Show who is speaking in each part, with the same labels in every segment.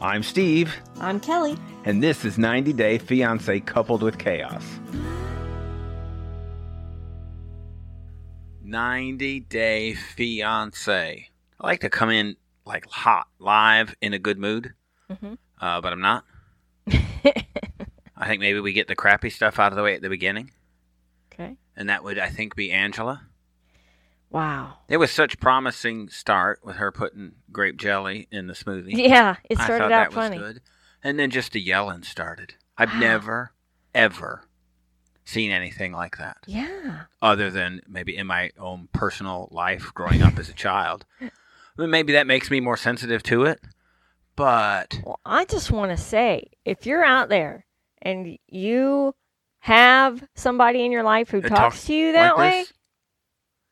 Speaker 1: I'm Steve,
Speaker 2: I'm Kelly.
Speaker 1: and this is 90 Day Fiancé Coupled with Chaos. 90 Day Fiancé. I like to come in like hot, live, in a good mood,
Speaker 2: Mhm.
Speaker 1: uh, but I'm not. I think maybe we get the crappy stuff out of the way at the beginning,
Speaker 2: Okay.
Speaker 1: and that would, I think, be Angela.
Speaker 2: Wow.
Speaker 1: It was such promising start with her putting grape jelly in the smoothie.
Speaker 2: Yeah, it
Speaker 1: I thought
Speaker 2: started
Speaker 1: that
Speaker 2: out
Speaker 1: was
Speaker 2: funny.
Speaker 1: good. And then just the yelling started. I've
Speaker 2: Wow.
Speaker 1: never, ever seen anything like that,
Speaker 2: Yeah.
Speaker 1: other than maybe in my own personal life growing up as a child. I mean, maybe that makes me more sensitive to it, but
Speaker 2: Well, I just want to say if you're out there and you have somebody in your life who
Speaker 1: That
Speaker 2: talks
Speaker 1: talks
Speaker 2: to you
Speaker 1: like
Speaker 2: that way,
Speaker 1: this,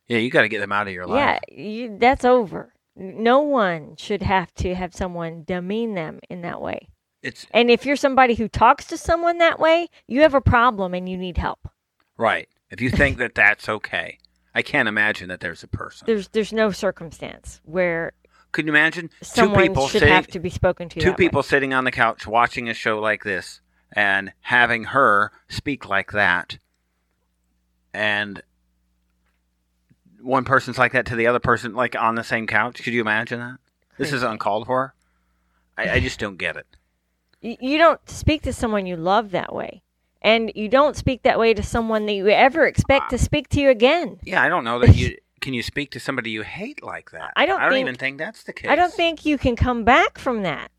Speaker 1: yeah, you got to get them out of your life.
Speaker 2: yeah, you, that's over. N- No one should have to have someone demean them in that way.
Speaker 1: It's
Speaker 2: And if you're somebody who talks to someone that way, you have a problem and you need help.
Speaker 1: right. If you think that that's okay, I can't imagine that there's a person.
Speaker 2: There's there's no circumstance where
Speaker 1: Could you imagine two
Speaker 2: someone
Speaker 1: people
Speaker 2: should
Speaker 1: sitting
Speaker 2: have to be spoken to.
Speaker 1: two
Speaker 2: that way.
Speaker 1: people sitting on the couch watching a show like this and having her speak like that and one person's like that to the other person like on the same couch could you imagine that this is uncalled for i, I just don't get it
Speaker 2: Y- you don't speak to someone you love that way and you don't speak that way to someone that you ever expect to speak to you again
Speaker 1: yeah i don't know that you can you speak to somebody you hate like that
Speaker 2: I don't
Speaker 1: i don't
Speaker 2: think-
Speaker 1: even think that's the case
Speaker 2: i don't think you can come back from that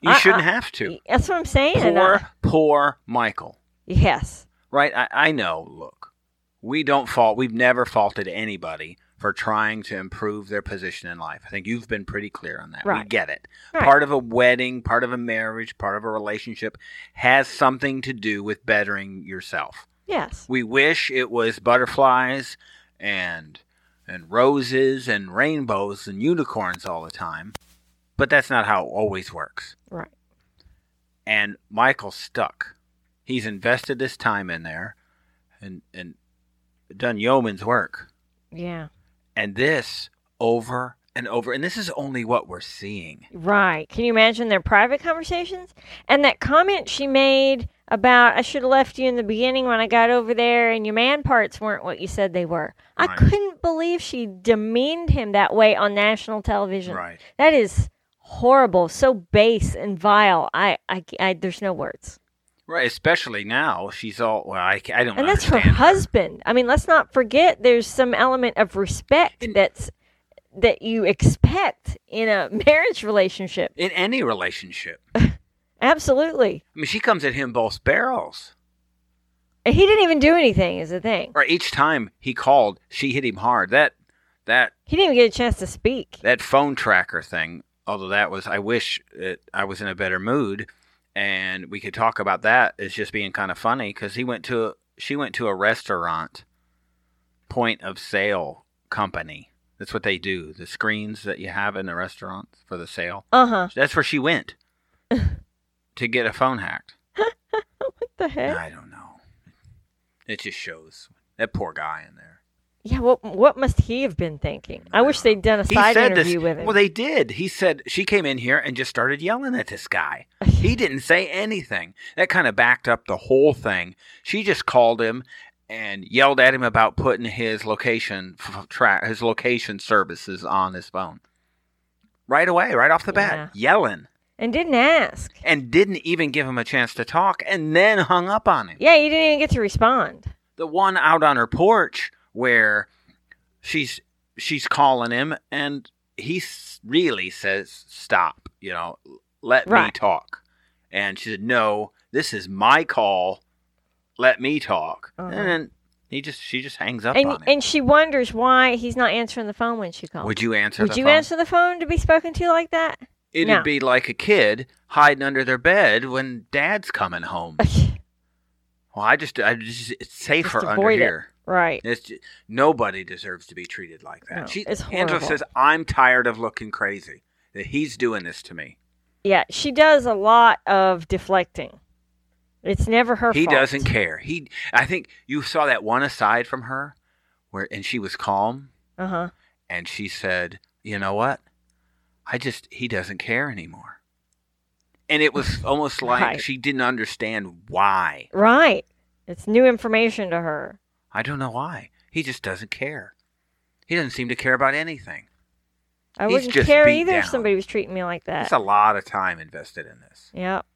Speaker 1: you
Speaker 2: I-
Speaker 1: shouldn't
Speaker 2: I- uh,
Speaker 1: have to
Speaker 2: that's what i'm saying and
Speaker 1: poor
Speaker 2: I-
Speaker 1: poor michael
Speaker 2: yes
Speaker 1: Right? I, I know. Look, we don't fault, we've never faulted anybody for trying to improve their position in life. I think you've been pretty clear on that. We
Speaker 2: Right.
Speaker 1: get it.
Speaker 2: Right.
Speaker 1: Part of a wedding, part of a marriage, part of a relationship has something to do with bettering yourself.
Speaker 2: yes
Speaker 1: We wish it was butterflies and and roses and rainbows and unicorns all the time. But that's not how it always works
Speaker 2: right
Speaker 1: and Michael's stuck. He's invested this time in there and and done yeoman's work.
Speaker 2: yeah
Speaker 1: And this over and over and this is only what we're seeing.
Speaker 2: right can you imagine their private conversations and that comment she made about i should have left you in the beginning when i got over there and your man parts weren't what you said they were i
Speaker 1: Right.
Speaker 2: couldn't believe she demeaned him that way on national television
Speaker 1: Right.
Speaker 2: That is horrible. So base and vile. I, I, I there's no words.
Speaker 1: Right, especially now she's all well I, ca- I don't
Speaker 2: And that's her
Speaker 1: understand.
Speaker 2: husband. I mean, let's not forget there's some element of respect
Speaker 1: And-
Speaker 2: that's that you expect in a marriage relationship.
Speaker 1: in any relationship. I
Speaker 2: Absolutely.
Speaker 1: mean she comes at him both barrels.
Speaker 2: And he didn't even do anything is the thing.
Speaker 1: Or each time he called, she hit him hard. That that
Speaker 2: He didn't even get a chance to speak.
Speaker 1: that phone tracker thing although that was i wish it, i was in a better mood and we could talk about that as just being kind of funny because he went to she went to a restaurant point of sale company that's what they do the screens that you have in the restaurants for the sale
Speaker 2: Uh-huh.
Speaker 1: that's where she went to get a phone hacked
Speaker 2: What the heck?
Speaker 1: i don't know it just shows that poor guy in there
Speaker 2: Yeah, what what must he have been thinking? I wish they'd done a
Speaker 1: He
Speaker 2: side
Speaker 1: said
Speaker 2: interview
Speaker 1: this.
Speaker 2: with him.
Speaker 1: Well, they did. He said she came in here and just started yelling at this guy. he didn't say anything. That kind of backed up the whole thing. She just called him and yelled at him about putting his location f- tra- his location services on his phone. Right away, right off the bat, yelling,
Speaker 2: and didn't ask.
Speaker 1: and didn't even give him a chance to talk, and then hung up on him
Speaker 2: Yeah, you didn't even get to respond.
Speaker 1: the one out on her porch where she's she's calling him and he s- really says stop you know let me
Speaker 2: Right.
Speaker 1: talk and she said no this is my call let me talk
Speaker 2: Uh-huh.
Speaker 1: and then he just she just hangs up
Speaker 2: and
Speaker 1: on him
Speaker 2: and she wonders why he's not answering the phone when she calls.
Speaker 1: would you answer
Speaker 2: Would
Speaker 1: the
Speaker 2: you
Speaker 1: phone?
Speaker 2: answer the phone to be spoken to like that?
Speaker 1: it'd
Speaker 2: No.
Speaker 1: be like a kid hiding under their bed when dad's coming home well i just i just it's safer
Speaker 2: Just
Speaker 1: under
Speaker 2: avoid it.
Speaker 1: here
Speaker 2: right.
Speaker 1: It's ju- nobody deserves to be treated like that.
Speaker 2: No,
Speaker 1: she,
Speaker 2: it's
Speaker 1: Angela
Speaker 2: horrible.
Speaker 1: says, "I'm tired of looking crazy. That he's doing this to me.
Speaker 2: Yeah, she does a lot of deflecting. It's never her
Speaker 1: he
Speaker 2: fault.
Speaker 1: doesn't care. He. I think you saw that one aside from her, where and she was calm
Speaker 2: Uh huh.
Speaker 1: and she said, "You know what? I just he doesn't care anymore. and it was almost like
Speaker 2: Right.
Speaker 1: she didn't understand why.
Speaker 2: Right. It's new information to her.
Speaker 1: I don't know why. He just doesn't care. He doesn't seem to care about anything.
Speaker 2: I
Speaker 1: He's
Speaker 2: wouldn't
Speaker 1: just
Speaker 2: care
Speaker 1: beat
Speaker 2: either if
Speaker 1: down.
Speaker 2: somebody was treating me like that.
Speaker 1: It's a lot of time invested in this.
Speaker 2: Yep.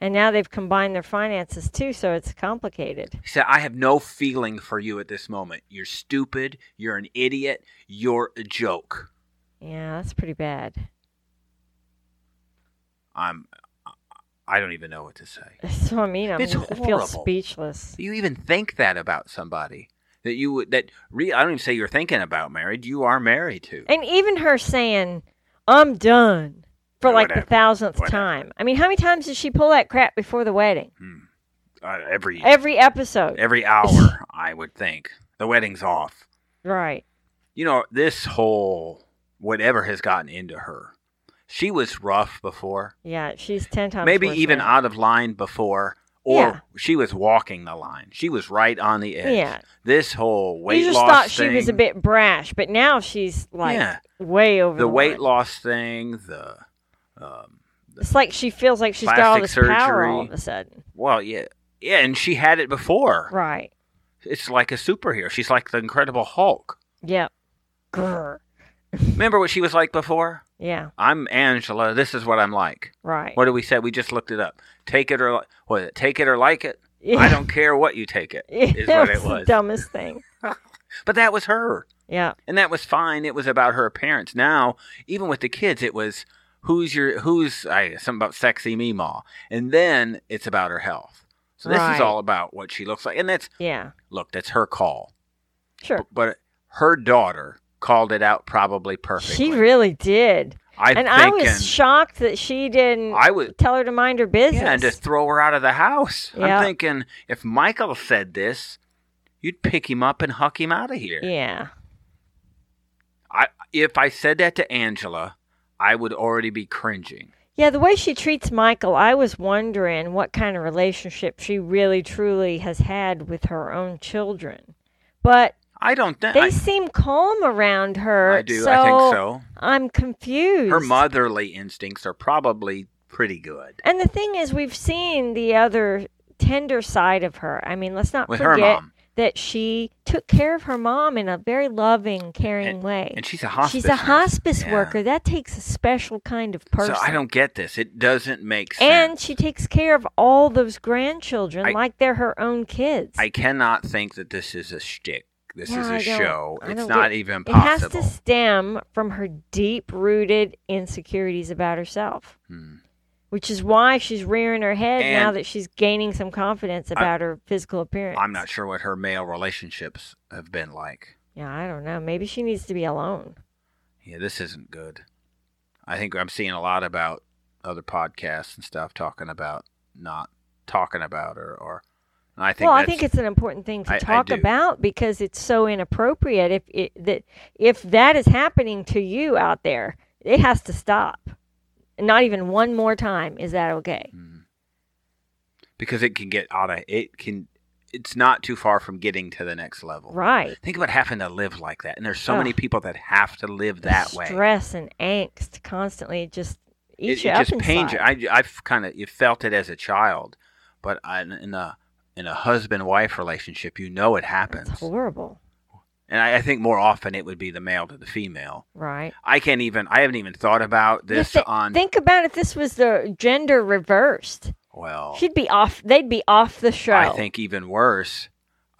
Speaker 2: And now they've combined their finances too, so it's complicated.
Speaker 1: He said, I have no feeling for you at this moment. You're stupid. You're an idiot. You're a joke.
Speaker 2: Yeah, that's pretty bad.
Speaker 1: I'm. I don't even know what to say.
Speaker 2: That's what I mean. I'm,
Speaker 1: It's
Speaker 2: I feel
Speaker 1: horrible.
Speaker 2: speechless.
Speaker 1: You even think that about somebody that you would that re, I don't even say you're thinking about married. You are married to.
Speaker 2: And even her saying, I'm done for like
Speaker 1: Whatever.
Speaker 2: the thousandth
Speaker 1: Whatever.
Speaker 2: time. I mean, how many times did she pull that crap before the wedding?
Speaker 1: Uh, every
Speaker 2: Every episode.
Speaker 1: every hour, I would think the wedding's off.
Speaker 2: right.
Speaker 1: You know this whole whatever has gotten into her. She was rough before,
Speaker 2: Yeah, she's 10 times
Speaker 1: maybe
Speaker 2: worse
Speaker 1: even
Speaker 2: now.
Speaker 1: out of line before, or
Speaker 2: Yeah.
Speaker 1: she was walking the line. She was right on the edge.
Speaker 2: Yeah.
Speaker 1: This whole weight
Speaker 2: you just
Speaker 1: loss
Speaker 2: thought
Speaker 1: thing,
Speaker 2: she was a bit brash, but now she's like
Speaker 1: Yeah.
Speaker 2: way over
Speaker 1: the weight
Speaker 2: line.
Speaker 1: loss thing, the um,
Speaker 2: It's like she feels like she's got all
Speaker 1: Plastic
Speaker 2: this power all
Speaker 1: surgery.
Speaker 2: of a sudden.
Speaker 1: well, yeah, yeah, and she had it before.
Speaker 2: Right.
Speaker 1: it's like a superhero. She's like the Incredible Hulk.
Speaker 2: Yep. Grr.
Speaker 1: Remember what she was like before?
Speaker 2: Yeah.
Speaker 1: I'm Angela. This is what I'm like.
Speaker 2: Right.
Speaker 1: What do we say? We just looked it up. Take it or li- what? is it? Take it or like it.
Speaker 2: Yeah.
Speaker 1: I don't care what you take it.
Speaker 2: Yeah,
Speaker 1: Is what it
Speaker 2: it's the
Speaker 1: was.
Speaker 2: dumbest thing.
Speaker 1: But that was her,
Speaker 2: Yeah.
Speaker 1: and that was fine. It was about her appearance. Now, even with the kids, it was who's your who's I something about sexy Meemaw, and then it's about her health. So this
Speaker 2: Right.
Speaker 1: is all about what she looks like, and that's
Speaker 2: Yeah.
Speaker 1: look, that's her call.
Speaker 2: Sure.
Speaker 1: But her daughter called it out probably perfectly.
Speaker 2: She really did.
Speaker 1: I
Speaker 2: and I
Speaker 1: thinking,
Speaker 2: was shocked that she didn't
Speaker 1: I was
Speaker 2: tell her to mind her business.
Speaker 1: yeah, and just throw her out of the house.
Speaker 2: Yeah.
Speaker 1: I'm thinking if Michael said this, you'd pick him up and huck him out of here.
Speaker 2: Yeah.
Speaker 1: I if I said that to Angela, I would already be cringing.
Speaker 2: Yeah, the way she treats Michael, I was wondering what kind of relationship she really truly has had with her own children. But
Speaker 1: I don't think
Speaker 2: they
Speaker 1: Eh, I,
Speaker 2: seem calm around her.
Speaker 1: I do. I think so.
Speaker 2: I'm confused.
Speaker 1: Her motherly instincts are probably pretty good
Speaker 2: And the thing is, we've seen the other tender side of her. I mean, let's not
Speaker 1: with her
Speaker 2: forget
Speaker 1: mom,
Speaker 2: that she took care of her mom in a very loving, caring way.
Speaker 1: and she's a hospice.
Speaker 2: She's a
Speaker 1: nurse.
Speaker 2: hospice
Speaker 1: Yeah.
Speaker 2: worker. That takes a special kind of person.
Speaker 1: So I don't get this. It doesn't make sense.
Speaker 2: and she takes care of all those grandchildren
Speaker 1: I-
Speaker 2: like they're her own kids.
Speaker 1: I cannot think that this is a shtick. This
Speaker 2: Yeah,
Speaker 1: is
Speaker 2: I
Speaker 1: a
Speaker 2: don't-
Speaker 1: show.
Speaker 2: I
Speaker 1: It's
Speaker 2: don't
Speaker 1: not
Speaker 2: get-
Speaker 1: even
Speaker 2: it has to
Speaker 1: possible.
Speaker 2: stem from her deep rooted insecurities about herself,
Speaker 1: Hmm.
Speaker 2: which is why she's rearing her head now
Speaker 1: And-
Speaker 2: that she's gaining some confidence about her physical appearance.
Speaker 1: I'm not sure what her male relationships have been like.
Speaker 2: Yeah, I don't know. Maybe she needs to be alone.
Speaker 1: Yeah, this isn't good. I think I'm seeing a lot about other podcasts and stuff talking about not talking about her, or and I think
Speaker 2: well, I
Speaker 1: that's,
Speaker 2: think it's an important thing to
Speaker 1: I- I
Speaker 2: talk
Speaker 1: do.
Speaker 2: about because it's so inappropriate. If it, that if that is happening to you out there, it has to stop. Not even one more time. Is that okay?
Speaker 1: Mm. because it can get out of it can. It's not too far from getting to the next level.
Speaker 2: Right.
Speaker 1: Think about having to live like that, and there's so
Speaker 2: Ugh.
Speaker 1: many people that have to live
Speaker 2: The
Speaker 1: that way.
Speaker 2: Stress and angst constantly just eats
Speaker 1: it,
Speaker 2: you
Speaker 1: it
Speaker 2: up
Speaker 1: just pains you.
Speaker 2: inside.
Speaker 1: I I've kind of you felt it as a child, but I, in a in a husband wife relationship, you know it happens.
Speaker 2: It's horrible.
Speaker 1: And I, I think more often it would be the male to the female.
Speaker 2: Right.
Speaker 1: I can't even. I haven't even thought about
Speaker 2: You
Speaker 1: this
Speaker 2: thi-
Speaker 1: on.
Speaker 2: Think about if this was the gender reversed.
Speaker 1: well,
Speaker 2: She'd be off. They'd be off the show.
Speaker 1: Oh. I think even worse.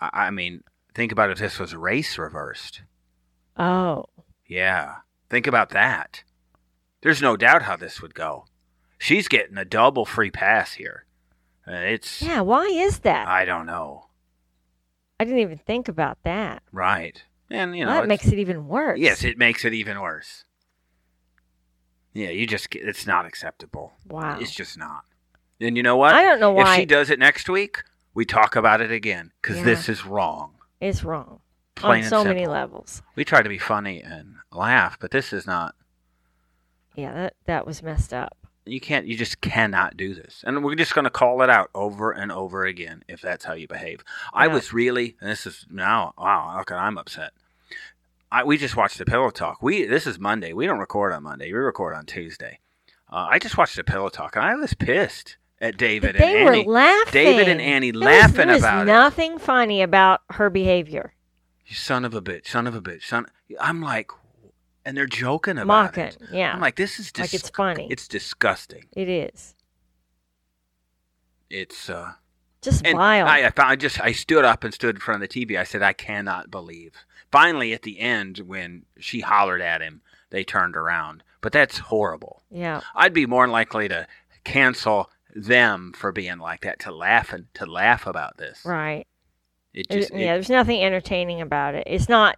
Speaker 1: I, I mean, think about if this was race reversed.
Speaker 2: Oh.
Speaker 1: Yeah, think about that. There's no doubt how this would go. She's getting a double free pass here. Uh, It's
Speaker 2: Yeah. Why is that?
Speaker 1: I don't know.
Speaker 2: I didn't even think about that.
Speaker 1: Right. And you know,
Speaker 2: Well, that
Speaker 1: it's-
Speaker 2: makes it even worse.
Speaker 1: Yes, it makes it even worse. Yeah, you just get- it's not acceptable.
Speaker 2: Wow.
Speaker 1: It's just not. And you know what?
Speaker 2: I don't know
Speaker 1: If
Speaker 2: why
Speaker 1: she does it next week, we talk about it again because
Speaker 2: Yeah.
Speaker 1: this is wrong.
Speaker 2: it's wrong
Speaker 1: Plain
Speaker 2: on
Speaker 1: and
Speaker 2: so
Speaker 1: simple.
Speaker 2: many levels.
Speaker 1: We try to be funny and laugh, but this is not.
Speaker 2: Yeah, that that was messed up.
Speaker 1: You can't. You just cannot do this. And we're just going to call it out over and over again if that's how you behave. I
Speaker 2: Yeah.
Speaker 1: was really. And this is now. Wow. Okay, I'm upset. I, we just watched the pillow talk. We this is Monday. We don't record on Monday. We record on Tuesday. Uh, I just watched the pillow talk, and I was pissed at David
Speaker 2: But they
Speaker 1: and Annie.
Speaker 2: were laughing.
Speaker 1: David and Annie
Speaker 2: There was-
Speaker 1: laughing
Speaker 2: there was
Speaker 1: about it.
Speaker 2: nothing funny about her behavior.
Speaker 1: You son of a bitch, son of a bitch, son. I'm like, and they're joking about
Speaker 2: Mocking,
Speaker 1: it.
Speaker 2: yeah.
Speaker 1: I'm like, this is dis-
Speaker 2: Like it's funny.
Speaker 1: It's disgusting.
Speaker 2: It is
Speaker 1: It's uh.
Speaker 2: just
Speaker 1: And
Speaker 2: wild.
Speaker 1: I, uh, I, found, I just I stood up and stood in front of the TV. I said, I cannot believe. Finally, at the end, when she hollered at him, they turned around. But that's horrible.
Speaker 2: yeah,
Speaker 1: I'd be more likely to cancel them for being like that to laugh and to laugh about this.
Speaker 2: right.
Speaker 1: It
Speaker 2: There-
Speaker 1: just
Speaker 2: yeah,
Speaker 1: it-
Speaker 2: there's nothing entertaining about it. It's not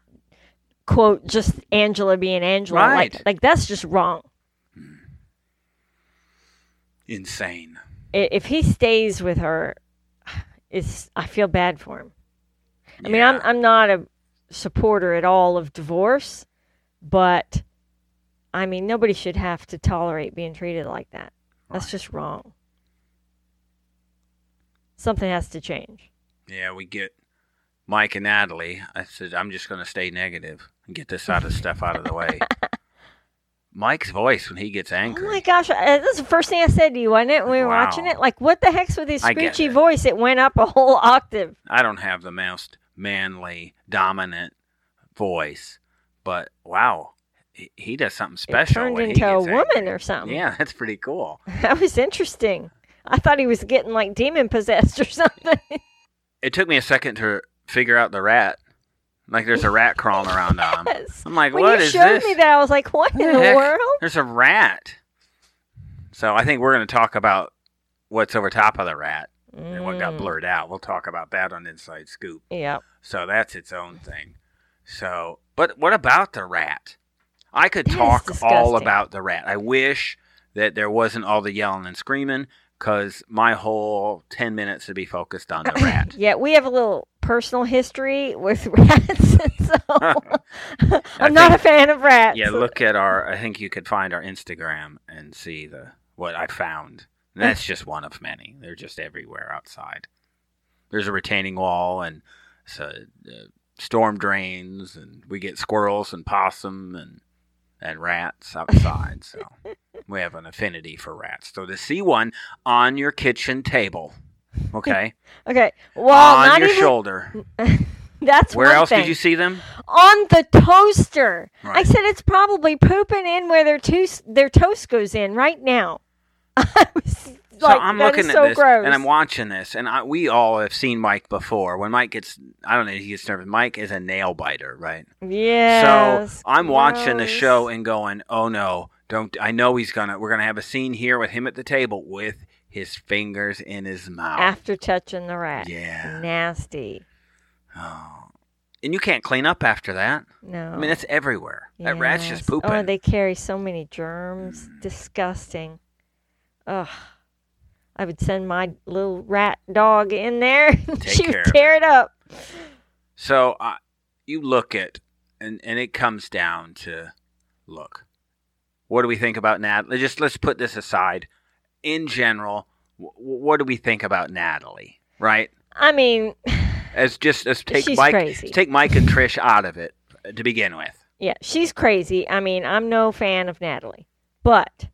Speaker 2: quote just Angela being Angela.
Speaker 1: Right.
Speaker 2: Like like that's just wrong.
Speaker 1: insane.
Speaker 2: I- If he stays with her, it's I feel bad for him. I mean, I'm
Speaker 1: Yeah.
Speaker 2: I'm not a supporter at all of divorce, but I mean, nobody should have to tolerate being treated like that. That's
Speaker 1: Right.
Speaker 2: just wrong. Something has to change.
Speaker 1: yeah. We get Mike and Natalie. I said I'm just going to stay negative and get this out of stuff out of the way. Mike's voice when he gets angry.
Speaker 2: Oh my gosh, uh, that's the first thing I said to you, wasn't it, when we were
Speaker 1: Wow.
Speaker 2: watching it? Like, what the heck's with his
Speaker 1: I get
Speaker 2: screechy
Speaker 1: it.
Speaker 2: voice? It went up a whole octave.
Speaker 1: I don't have the most manly, dominant voice, but wow, he, he does something
Speaker 2: it
Speaker 1: special.
Speaker 2: turned
Speaker 1: when he
Speaker 2: into a
Speaker 1: gets angry.
Speaker 2: woman or something.
Speaker 1: Yeah, that's pretty cool.
Speaker 2: That was interesting. I thought he was getting like demon possessed or something.
Speaker 1: It took me a second to figure out the rat. Like there's a rat crawling around on him.
Speaker 2: Yes.
Speaker 1: I'm like,
Speaker 2: when
Speaker 1: what
Speaker 2: you
Speaker 1: is
Speaker 2: showed
Speaker 1: this?
Speaker 2: me that, I was like, what in the
Speaker 1: heck?
Speaker 2: world?
Speaker 1: There's a rat. So I think we're going to talk about what's over top of the rat and what got
Speaker 2: Mm,
Speaker 1: blurred out. We'll talk about that on Inside Scoop.
Speaker 2: Yeah.
Speaker 1: So that's its own thing. So, but what about the rat? I could
Speaker 2: That is
Speaker 1: talk all
Speaker 2: disgusting.
Speaker 1: about the rat. I wish that there wasn't all the yelling and screaming because my whole 10 minutes would be focused on the rat.
Speaker 2: Yeah, we have a little personal history with rats, and so
Speaker 1: I
Speaker 2: I'm not
Speaker 1: think-
Speaker 2: a fan of rats.
Speaker 1: yeah, look at our, I think you could find our Instagram and see the what I found. And that's just one of many. They're just everywhere outside. There's a retaining wall and so, uh, storm drains, and we get squirrels and possum and and rats outside. so we have an affinity for rats. So to see one on your kitchen table, okay,
Speaker 2: Okay, well,
Speaker 1: on
Speaker 2: not
Speaker 1: your
Speaker 2: even.
Speaker 1: shoulder.
Speaker 2: That's
Speaker 1: Where
Speaker 2: one
Speaker 1: else
Speaker 2: thing.
Speaker 1: did you see them?
Speaker 2: on the toaster. I
Speaker 1: Right.
Speaker 2: said it's probably pooping in where their toast their toast goes in right now. I was like,
Speaker 1: so I'm
Speaker 2: that
Speaker 1: looking
Speaker 2: is
Speaker 1: at
Speaker 2: so
Speaker 1: this
Speaker 2: gross.
Speaker 1: and I'm watching this, and I, we all have seen Mike before. When Mike gets, I don't know, he gets nervous. Mike is a nail biter, right?
Speaker 2: yes,
Speaker 1: so I'm watching the
Speaker 2: gross.
Speaker 1: show and going, "Oh no, don't!" I know he's gonna. We're gonna have a scene here with him at the table with his fingers in his mouth.
Speaker 2: after touching the rat.
Speaker 1: Yeah.
Speaker 2: nasty.
Speaker 1: Oh. And you can't clean up after that.
Speaker 2: No,
Speaker 1: I mean, it's everywhere. That rat's just
Speaker 2: Oh. Yes.
Speaker 1: pooping.
Speaker 2: Oh, they carry so many germs. Disgusting. Ugh. I would send my little rat dog in there. she
Speaker 1: care
Speaker 2: would
Speaker 1: of it.
Speaker 2: tear it up.
Speaker 1: So I you look at, and and it comes down to, look, what do we think about Natalie? Just let's put this aside. In general, w- what do we think about Natalie? Right?
Speaker 2: I mean,
Speaker 1: As just as take
Speaker 2: She's
Speaker 1: Mike,
Speaker 2: crazy.
Speaker 1: take Mike and Trish out of it uh, to begin with.
Speaker 2: Yeah, she's crazy. I mean, I'm no fan of Natalie, but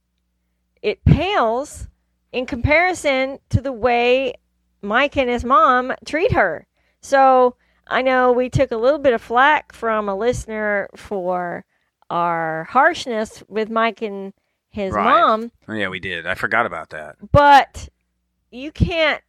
Speaker 2: it pales in comparison to the way Mike and his mom treat her. So I know we took a little bit of flack from a listener for our harshness with Mike and his
Speaker 1: Right.
Speaker 2: mom,
Speaker 1: Oh, yeah, we did. I forgot about that.
Speaker 2: but you can't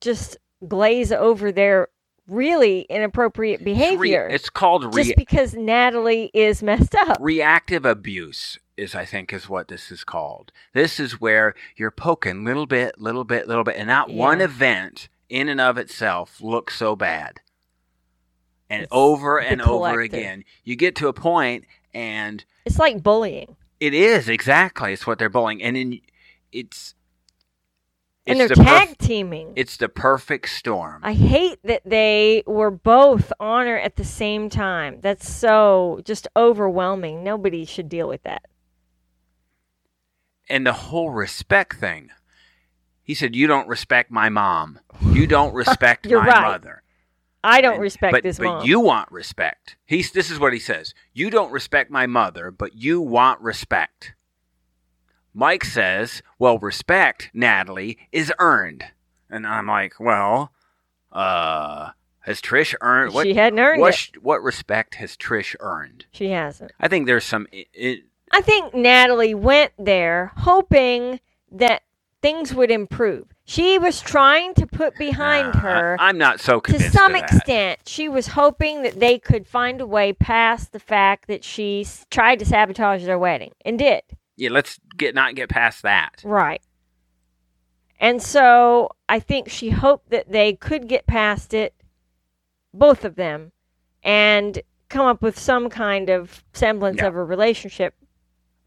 Speaker 2: just glaze over their really inappropriate
Speaker 1: It's re-
Speaker 2: behavior
Speaker 1: it's called re-
Speaker 2: just because Natalie is messed up.
Speaker 1: reactive abuse is i think is what this is called this is where you're poking little bit little bit little bit and not one
Speaker 2: Yeah.
Speaker 1: event in and of itself looks so bad and
Speaker 2: It's
Speaker 1: over
Speaker 2: the
Speaker 1: and over
Speaker 2: collective.
Speaker 1: again you get to a point and
Speaker 2: It's like bullying.
Speaker 1: it is exactly it's what they're bullying and in it's
Speaker 2: And
Speaker 1: it's
Speaker 2: they're
Speaker 1: the
Speaker 2: tag
Speaker 1: perf-
Speaker 2: teaming.
Speaker 1: it's the perfect storm
Speaker 2: I hate that they were both on her at the same time. That's so just overwhelming. Nobody should deal with that.
Speaker 1: and the whole respect thing. He said, "You don't respect my mom. You don't respect
Speaker 2: You're
Speaker 1: my
Speaker 2: right.
Speaker 1: mother.
Speaker 2: I don't
Speaker 1: And-
Speaker 2: respect
Speaker 1: but,
Speaker 2: this
Speaker 1: but
Speaker 2: mom.
Speaker 1: you want respect. He's this is what he says. You don't respect my mother, but you want respect. Mike says, well, respect, Natalie, is earned. And I'm like, well, uh, has Trish earned what?
Speaker 2: she hadn't earned
Speaker 1: what,
Speaker 2: it.
Speaker 1: sh- what respect has Trish earned?
Speaker 2: She hasn't.
Speaker 1: I think there's some. i i
Speaker 2: I think Natalie went there hoping that things would improve. She was trying to put behind
Speaker 1: uh,
Speaker 2: her
Speaker 1: I, am not so
Speaker 2: to
Speaker 1: convinced.
Speaker 2: some
Speaker 1: of that.
Speaker 2: extent. She was hoping that they could find a way past the fact that she s- tried to sabotage their wedding and did.
Speaker 1: Yeah, let's get not get past that.
Speaker 2: Right. And so I think she hoped that they could get past it, both of them, and come up with some kind of semblance
Speaker 1: Yeah.
Speaker 2: of a relationship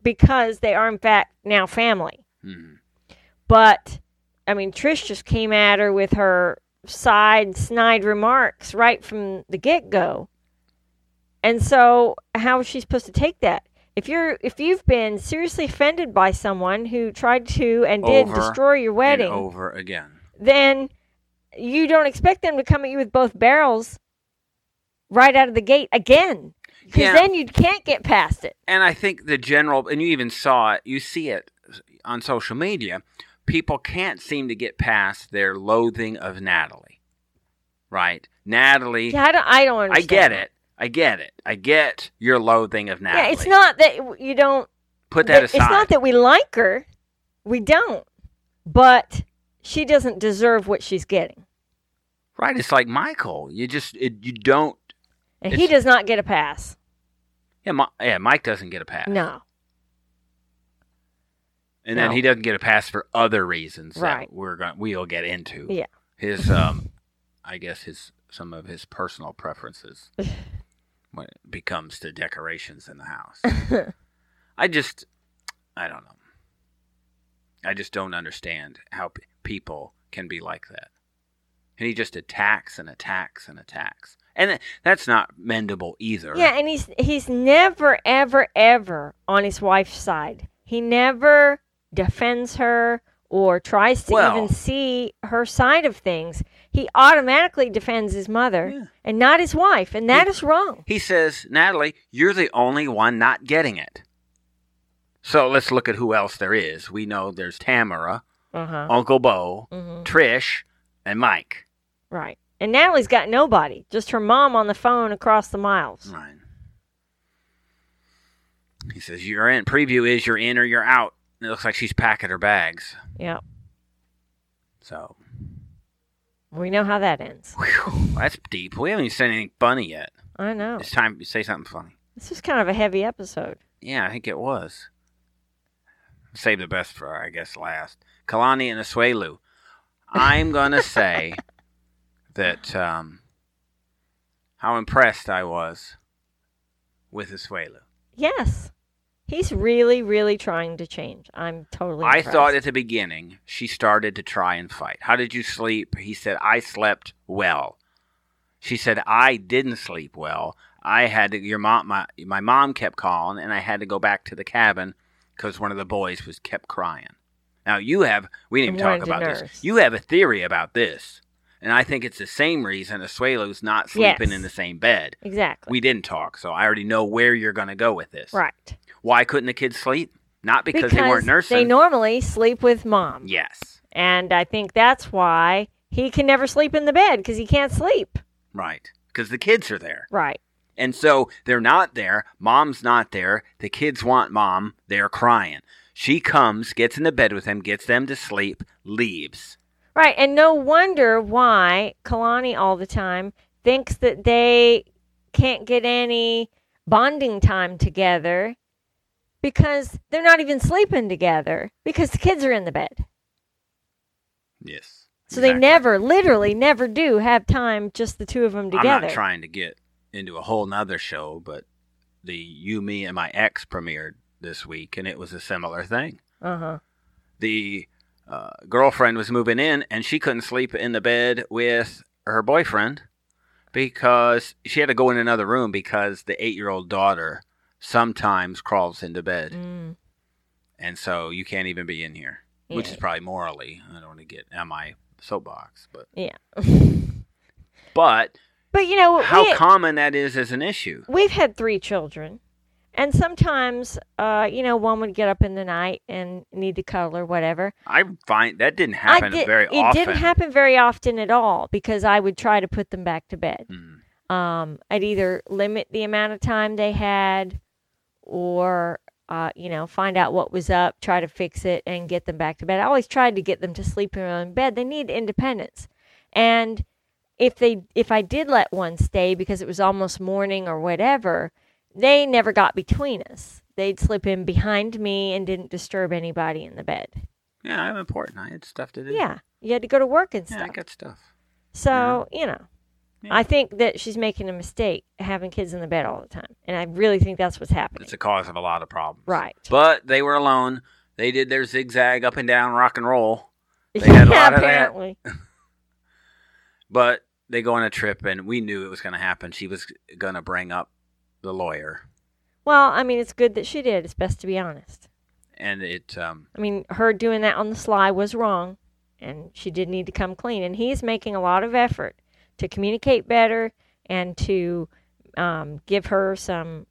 Speaker 2: because they are, in fact, now family.
Speaker 1: Hmm.
Speaker 2: But, I mean, Trish just came at her with her side, snide remarks right from the get go. And so, how is she supposed to take that? If you're if you've been seriously offended by someone who tried to and did
Speaker 1: Over
Speaker 2: destroy your
Speaker 1: And
Speaker 2: wedding,
Speaker 1: over again.
Speaker 2: then you don't expect them to come at you with both barrels right out of the gate again. Because
Speaker 1: Yeah.
Speaker 2: then you can't get past it.
Speaker 1: and I think the general, and you even saw it, you see it on social media. People can't seem to get past their loathing of Natalie, right? Natalie,
Speaker 2: Yeah, I don't. I don't
Speaker 1: I
Speaker 2: understand.
Speaker 1: get
Speaker 2: that.
Speaker 1: it. I get it. I get your loathing of Natalie.
Speaker 2: Yeah, it's not that you don't
Speaker 1: Put that
Speaker 2: But
Speaker 1: aside.
Speaker 2: It's not that we like her. We don't. But she doesn't deserve what she's getting.
Speaker 1: right. It's like Michael. You just, it, you don't,
Speaker 2: And he
Speaker 1: It's-
Speaker 2: does not get a pass.
Speaker 1: yeah, Mi- yeah, Mike doesn't get a pass.
Speaker 2: No.
Speaker 1: And then
Speaker 2: No.
Speaker 1: he doesn't get a pass for other reasons
Speaker 2: Right.
Speaker 1: that we're going we'll get into.
Speaker 2: Yeah.
Speaker 1: His um I guess his some of his personal preferences when it becomes to decorations in the house. I just I don't know. I just don't understand how p- people can be like that. And he just attacks and attacks and attacks. And th- that's not mendable either.
Speaker 2: Yeah, and he's he's never ever ever on his wife's side. He never defends her or tries to
Speaker 1: Well-
Speaker 2: even see her side of things. He automatically defends his mother
Speaker 1: Yeah.
Speaker 2: and not his wife, and that
Speaker 1: He-
Speaker 2: is wrong.
Speaker 1: He says, Natalie, you're the only one not getting it. So let's look at who else there is. We know there's Tamara,
Speaker 2: Uh-huh.
Speaker 1: Uncle Bo,
Speaker 2: hmm
Speaker 1: Trish, and Mike.
Speaker 2: Right. And Natalie's got nobody, just her mom on the phone across the miles.
Speaker 1: Right. He says, You're in. Preview is you're in or you're out. And it looks like she's packing her bags.
Speaker 2: Yeah,
Speaker 1: So
Speaker 2: we know how that ends.
Speaker 1: whew, that's deep. We haven't even said anything funny yet.
Speaker 2: I know.
Speaker 1: It's time to say something funny.
Speaker 2: This was kind of a heavy episode.
Speaker 1: Yeah, I think it was. Save the best for, I guess, last. Kalani and Asuelu. I'm going to say that um, how impressed I was with Asuelu.
Speaker 2: Yes. He's really, really trying to change. I'm totally.
Speaker 1: I
Speaker 2: impressed.
Speaker 1: thought at the beginning she started to try and fight. How did you sleep? He said, I slept well. She said, I didn't sleep well. I had to, your mom, my, my mom kept calling, and I had to go back to the cabin because one of the boys was kept crying. Now, you have, we didn't
Speaker 2: And
Speaker 1: even talk
Speaker 2: wanted to
Speaker 1: about
Speaker 2: nurse.
Speaker 1: this. You have a theory about this. And I think it's the same reason Asuelo's not sleeping
Speaker 2: Yes.
Speaker 1: in the same bed.
Speaker 2: Exactly.
Speaker 1: We didn't talk, so I already know where you're going to go with this.
Speaker 2: right.
Speaker 1: Why couldn't the kids sleep? Not because, they weren't nursing.
Speaker 2: They normally sleep with mom.
Speaker 1: Yes.
Speaker 2: And I think that's why he can never sleep in the bed because he can't sleep.
Speaker 1: Right. Because the kids are there.
Speaker 2: Right.
Speaker 1: And so they're not there. Mom's not there. The kids want mom. They're crying. She comes, gets in the bed with them, gets them to sleep, leaves.
Speaker 2: Right. And no wonder why Kalani all the time thinks that they can't get any bonding time together because they're not even sleeping together because the kids are in the bed.
Speaker 1: Yes.
Speaker 2: So they never, literally, never do have time just the two of them together.
Speaker 1: I'm not trying to get into a whole nother show, but the You, Me, and My Ex premiered this week, and it was a similar thing.
Speaker 2: Uh huh.
Speaker 1: The uh, girlfriend was moving in, and she couldn't sleep in the bed with her boyfriend. because she had to go in another room because the eight year old daughter sometimes crawls into bed.
Speaker 2: Mm.
Speaker 1: And so you can't even be in here, which
Speaker 2: Yeah.
Speaker 1: is probably morally. I don't want to get on my soapbox, but
Speaker 2: Yeah.
Speaker 1: but
Speaker 2: But you know,
Speaker 1: how
Speaker 2: we,
Speaker 1: common that is as an issue.
Speaker 2: we've had three children, And sometimes, uh, you know, one would get up in the night and need to cuddle or whatever.
Speaker 1: I find that didn't happen
Speaker 2: did-
Speaker 1: very
Speaker 2: it
Speaker 1: often.
Speaker 2: didn't happen very often at all because I would try to put them back to bed.
Speaker 1: Mm.
Speaker 2: Um, I'd either limit the amount of time they had or, uh, you know, find out what was up, try to fix it, and get them back to bed. I always tried to get them to sleep in their own bed. They need independence. And if they if I did let one stay because it was almost morning or whatever, they never got between us. They'd slip in behind me and didn't disturb anybody in the bed.
Speaker 1: Yeah, I'm important. I had stuff to do.
Speaker 2: Yeah. You had to go to work and
Speaker 1: Yeah,
Speaker 2: stuff.
Speaker 1: I got stuff.
Speaker 2: So, you know,
Speaker 1: Yeah.
Speaker 2: I think that she's making a mistake having kids in the bed all the time. And I really think that's what's happening.
Speaker 1: It's a cause of a lot of problems.
Speaker 2: right.
Speaker 1: But they were alone. They did their zigzag up and down rock and roll. they had a lot of that.
Speaker 2: apparently.
Speaker 1: But they go on a trip, and we knew it was going to happen. She was going to bring up the lawyer,
Speaker 2: Well, I mean, it's good that she did. It's best to be honest.
Speaker 1: and it. Um,
Speaker 2: I mean, her doing that on the sly was wrong, and she did need to come clean. And he's making a lot of effort to communicate better and to um, give her some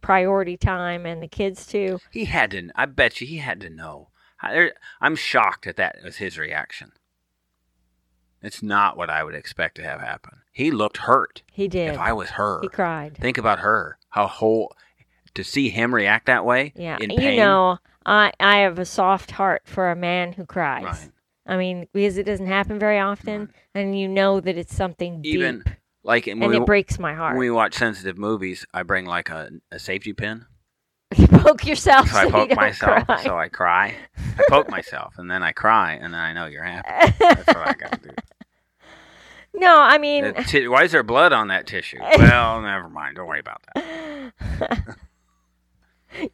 Speaker 2: priority time and the kids too.
Speaker 1: he had to. I bet you he had to know. I, there- I'm shocked at that was his reaction. It's not what I would expect to have happen. He looked hurt.
Speaker 2: He did.
Speaker 1: If I was her,
Speaker 2: he cried.
Speaker 1: think about her. How whole to see him react that way.
Speaker 2: Yeah,
Speaker 1: in
Speaker 2: you
Speaker 1: pain.
Speaker 2: know, I I have a soft heart for a man who cries.
Speaker 1: Right.
Speaker 2: I mean, because it doesn't happen very often, and you know that it's something
Speaker 1: Even
Speaker 2: deep,
Speaker 1: Like and
Speaker 2: and
Speaker 1: we,
Speaker 2: it breaks my
Speaker 1: when
Speaker 2: heart.
Speaker 1: we watch sensitive movies, I bring like a, a safety pin.
Speaker 2: you poke yourself,
Speaker 1: So I
Speaker 2: Oh, so you
Speaker 1: poke
Speaker 2: don't
Speaker 1: myself,
Speaker 2: cry.
Speaker 1: so I cry. I poke myself, and then I cry, and then I know you're happy. That's what I got to do.
Speaker 2: no, I mean,
Speaker 1: That ti- why is there blood on that tissue? Well, never mind. Don't worry about that.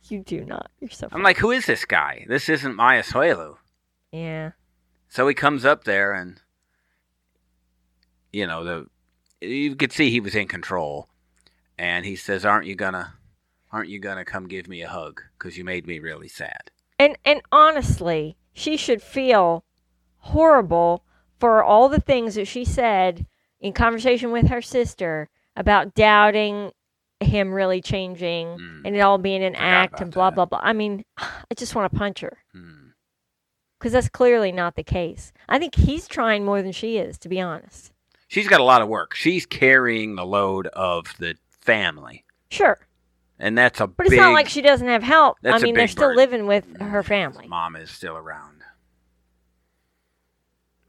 Speaker 2: you do not. You're so.
Speaker 1: I'm like, who is this guy? This isn't Maya Soelu.
Speaker 2: yeah,
Speaker 1: So he comes up there, and you know the you could see he was in control, and he says, "Aren't you gonna, aren't you gonna come give me a hug? Because you made me really sad."
Speaker 2: and and honestly, she should feel horrible for all the things that she said in conversation with her sister about doubting him really changing
Speaker 1: Mm.
Speaker 2: and it all being an
Speaker 1: Forgot
Speaker 2: act
Speaker 1: about
Speaker 2: and blah
Speaker 1: that.
Speaker 2: blah blah. I mean, I just want to punch her
Speaker 1: Hmm.
Speaker 2: because that's clearly not the case. I think he's trying more than she is, to be honest.
Speaker 1: She's got a lot of work. She's carrying the load of the family,
Speaker 2: Sure,
Speaker 1: and that's a
Speaker 2: but it's
Speaker 1: big.
Speaker 2: not like she doesn't have help. I
Speaker 1: That's a
Speaker 2: mean, they're
Speaker 1: big burden.
Speaker 2: still
Speaker 1: Mm,
Speaker 2: living with her family.
Speaker 1: Mom is still around.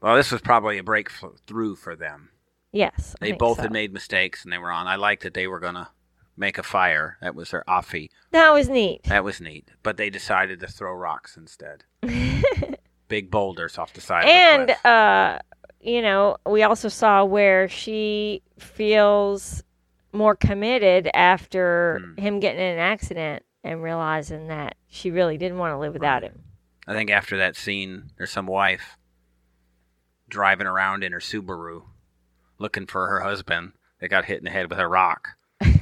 Speaker 1: Well, this was probably a breakthrough for them.
Speaker 2: Yes, I
Speaker 1: They
Speaker 2: think
Speaker 1: both
Speaker 2: so.
Speaker 1: had made mistakes, and they were on. I liked that they were gonna make a fire. That was their offie.
Speaker 2: That was neat.
Speaker 1: That was neat. But they decided to throw rocks instead. Big boulders off the side. of
Speaker 2: and
Speaker 1: the cliff.
Speaker 2: uh you know we also saw where she feels more committed after
Speaker 1: Hmm.
Speaker 2: him getting in an accident and realizing that she really didn't want to live without him
Speaker 1: I think after that scene, there's some wife driving around in her Subaru, looking for her husband that got hit in the head with a rock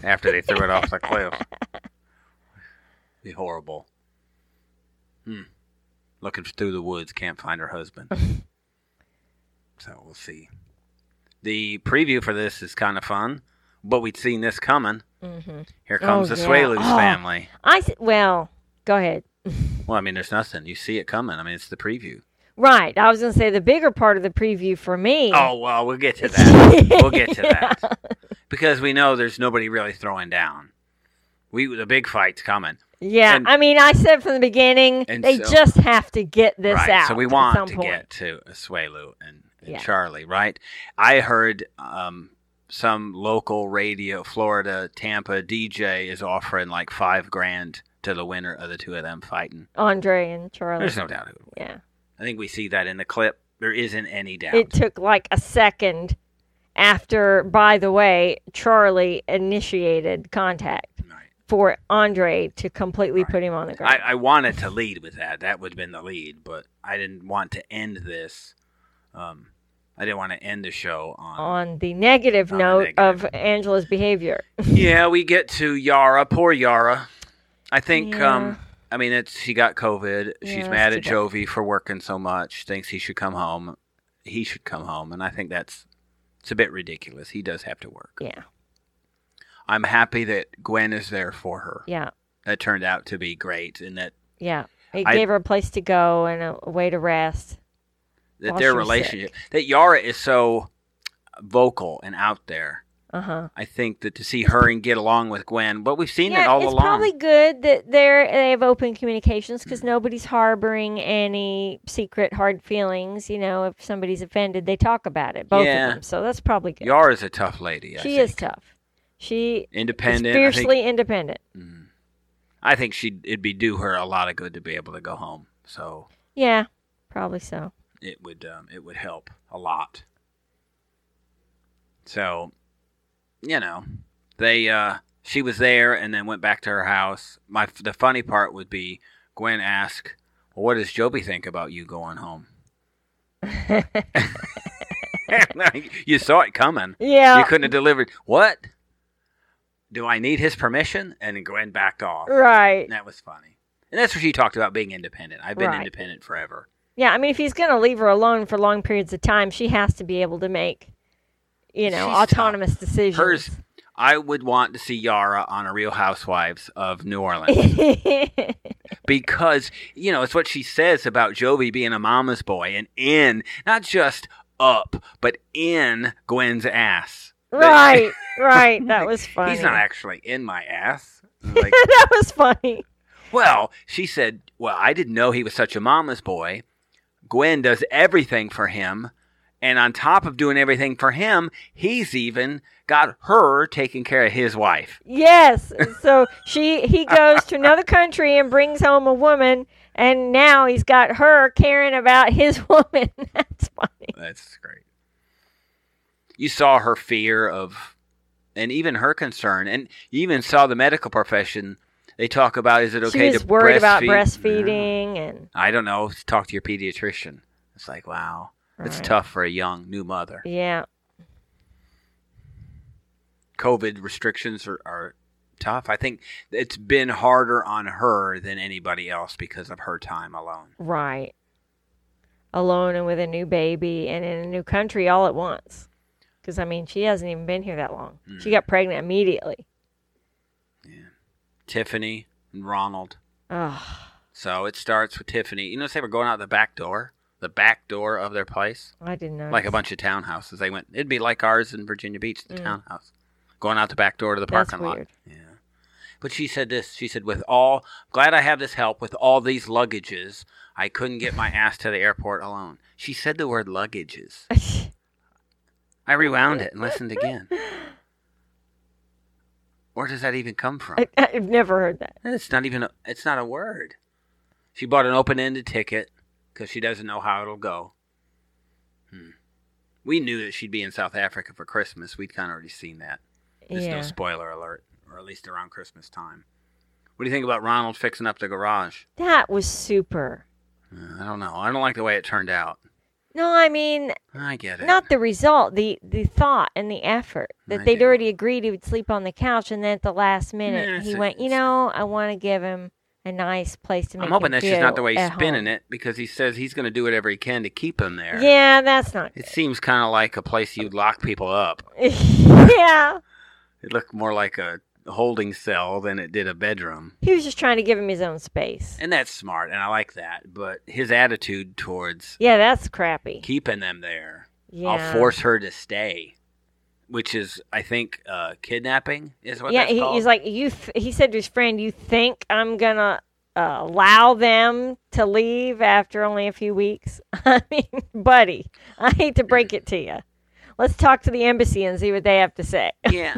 Speaker 1: after they threw it off the cliff. Be horrible. Hmm. Looking through the woods, can't find her husband. so we'll see. The preview for this is kind of fun, but we'd seen this coming.
Speaker 2: hmm
Speaker 1: Here comes
Speaker 2: Oh,
Speaker 1: the
Speaker 2: yeah.
Speaker 1: Swalu's
Speaker 2: Oh.
Speaker 1: family.
Speaker 2: i s- well go ahead
Speaker 1: Well, I mean, there's nothing. You see it coming. I mean, it's the preview.
Speaker 2: right i was going to say the bigger part of the preview for me
Speaker 1: Oh well, we'll get to that. we'll get to that because we know there's nobody really throwing down. We the big fight's coming,
Speaker 2: yeah
Speaker 1: and-
Speaker 2: i mean i said from the beginning
Speaker 1: And
Speaker 2: they
Speaker 1: so-
Speaker 2: just have to get this
Speaker 1: right?
Speaker 2: out
Speaker 1: so we
Speaker 2: at some
Speaker 1: want to
Speaker 2: point.
Speaker 1: get to Asuelu and, and
Speaker 2: Yeah.
Speaker 1: Charlie, right? I heard um, some local radio, Florida, Tampa DJ is offering like five grand to the winner of the two of them fighting.
Speaker 2: andre and charlie
Speaker 1: There's no doubt. Who,
Speaker 2: yeah
Speaker 1: I think we see that in the clip. There isn't any doubt.
Speaker 2: It took like a second after, by the way, Charlie initiated contact
Speaker 1: Right.
Speaker 2: for Andre to completely
Speaker 1: Right.
Speaker 2: put him on the
Speaker 1: I,
Speaker 2: ground.
Speaker 1: I wanted to lead with that. That would have been the lead, but I didn't want to end this. Um, I didn't want to end the show on.
Speaker 2: on the negative
Speaker 1: On the
Speaker 2: note
Speaker 1: negative.
Speaker 2: of Angela's behavior.
Speaker 1: Yeah, we get to Yara. Poor Yara. I think.
Speaker 2: Yeah.
Speaker 1: Um, I mean, it's she got COVID.
Speaker 2: Yeah,
Speaker 1: She's
Speaker 2: that's
Speaker 1: mad
Speaker 2: too
Speaker 1: at
Speaker 2: bad.
Speaker 1: Jovi for working so much. Thinks he should come home. He should come home, and I think that's it's a bit ridiculous. He does have to work.
Speaker 2: Yeah,
Speaker 1: I'm happy that Gwen is there for her.
Speaker 2: yeah.
Speaker 1: that turned out to be great, and that
Speaker 2: Yeah. It
Speaker 1: I-
Speaker 2: gave her a place to go and a, a way to rest.
Speaker 1: that
Speaker 2: While she
Speaker 1: their
Speaker 2: was
Speaker 1: relationship that Yara is so vocal and out there.
Speaker 2: Uh huh.
Speaker 1: I think that to see her and get along with Gwen, but we've seen
Speaker 2: Yeah,
Speaker 1: it all
Speaker 2: it's
Speaker 1: along.
Speaker 2: probably good that they're they have open communications because nobody's harboring any secret hard feelings. You know, if somebody's offended, they talk about it. Both
Speaker 1: Yeah.
Speaker 2: of them. So that's probably good.
Speaker 1: Yara's a tough lady. I
Speaker 2: she
Speaker 1: think.
Speaker 2: is tough. She is
Speaker 1: independent. I think,
Speaker 2: fiercely independent.
Speaker 1: Mm. I think she it'd be do her a lot of good to be able to go home. So
Speaker 2: Yeah, probably so.
Speaker 1: it would um, it would help a lot. So, you know, they uh, she was there and then went back to her house. My the funny part would be Gwen asked, well, "What does Joby think about you going home?" you saw it coming.
Speaker 2: Yeah.
Speaker 1: You couldn't have delivered. What? Do I need his permission? And Gwen backed off.
Speaker 2: Right.
Speaker 1: And that was funny. And that's what she talked about being independent. I've been
Speaker 2: Right.
Speaker 1: independent forever.
Speaker 2: Yeah, I mean, if he's going to leave her alone for long periods of time, she has to be able to make, you know,
Speaker 1: She's tough.
Speaker 2: autonomous decisions.
Speaker 1: Hers- I would want to see Yara on a Real Housewives of New Orleans
Speaker 2: yeah,
Speaker 1: because, you know, it's what she says about Joby being a mama's boy and in, not just up, but in Gwen's ass.
Speaker 2: right, right. That was funny.
Speaker 1: He's not actually in my ass. Like,
Speaker 2: that was funny.
Speaker 1: Well, she said, Well, I didn't know he was such a mama's boy. Gwen does everything for him. And on top of doing everything for him, he's even got her taking care of his wife.
Speaker 2: Yes. So she he goes to another country and brings home a woman, and now he's got her caring about his woman. That's funny.
Speaker 1: That's great. You saw her fear of, and even her concern. And you even saw the medical profession. They talk about is it okay
Speaker 2: she was
Speaker 1: to
Speaker 2: worried about
Speaker 1: breastfeed?
Speaker 2: breastfeeding and.
Speaker 1: I don't know. Talk to your pediatrician. It's like, wow, it's
Speaker 2: Right.
Speaker 1: tough for a young new mother.
Speaker 2: Yeah.
Speaker 1: COVID restrictions are, are tough. I think it's been harder on her than anybody else because of her time alone.
Speaker 2: Right. Alone and with a new baby and in a new country all at once. Because, I mean, she hasn't even been here that long.
Speaker 1: Mm.
Speaker 2: She got pregnant immediately.
Speaker 1: Tiffany and Ronald.
Speaker 2: Ugh.
Speaker 1: So it starts with Tiffany. You notice they were going out the back door, the back door of their place,
Speaker 2: I didn't know.
Speaker 1: like a bunch of townhouses. They went. It'd be like ours in Virginia Beach, the
Speaker 2: Mm.
Speaker 1: townhouse, going out the back door to the
Speaker 2: That's
Speaker 1: parking lot.
Speaker 2: weird.
Speaker 1: Yeah. But she said this. She said, "With all glad I have this help with all these luggages, I couldn't get my ass to the airport alone." She said the word luggages. I rewound it and listened again. Where does that even come from?
Speaker 2: I, I've never heard that.
Speaker 1: It's not even a, it's not a word. She bought an open-ended ticket because she doesn't know how it'll go. Hmm. We knew that she'd be in South Africa for Christmas. We'd kind of already seen that. There's
Speaker 2: yeah.
Speaker 1: no spoiler alert, or at least around Christmas time. What do you think about Ronald fixing up the garage?
Speaker 2: That was super.
Speaker 1: Uh, I don't know. I don't like the way it turned out.
Speaker 2: No, I mean,
Speaker 1: I get it.
Speaker 2: not the result, the the thought and the effort that
Speaker 1: I
Speaker 2: they'd
Speaker 1: do.
Speaker 2: already agreed he would sleep on the couch, and then at the last minute
Speaker 1: Nah,
Speaker 2: he
Speaker 1: it's-
Speaker 2: went, you
Speaker 1: it's-
Speaker 2: know, I want to give him a nice place to make.
Speaker 1: I'm hoping
Speaker 2: him
Speaker 1: that's just not
Speaker 2: feel
Speaker 1: the way he's
Speaker 2: at
Speaker 1: spinning
Speaker 2: home.
Speaker 1: it because he says he's going to do whatever he can to keep him there.
Speaker 2: Yeah, that's not.
Speaker 1: It seems kind of like a place you'd lock people up.
Speaker 2: yeah.
Speaker 1: It looked more like a holding cell than it did a bedroom.
Speaker 2: He was just trying to give him his own space.
Speaker 1: And that's smart, and I like that. But his attitude towards
Speaker 2: Yeah, that's crappy.
Speaker 1: keeping them there,
Speaker 2: Yeah.
Speaker 1: I'll force her to stay, which is, I think, uh, kidnapping is what
Speaker 2: yeah,
Speaker 1: that's
Speaker 2: he,
Speaker 1: called.
Speaker 2: he's like you. Th- he said to his friend, "You think I'm gonna uh, allow them to leave after only a few weeks?" I mean, buddy, I hate to break it to you. Let's talk to the embassy and see what they have to say.
Speaker 1: yeah.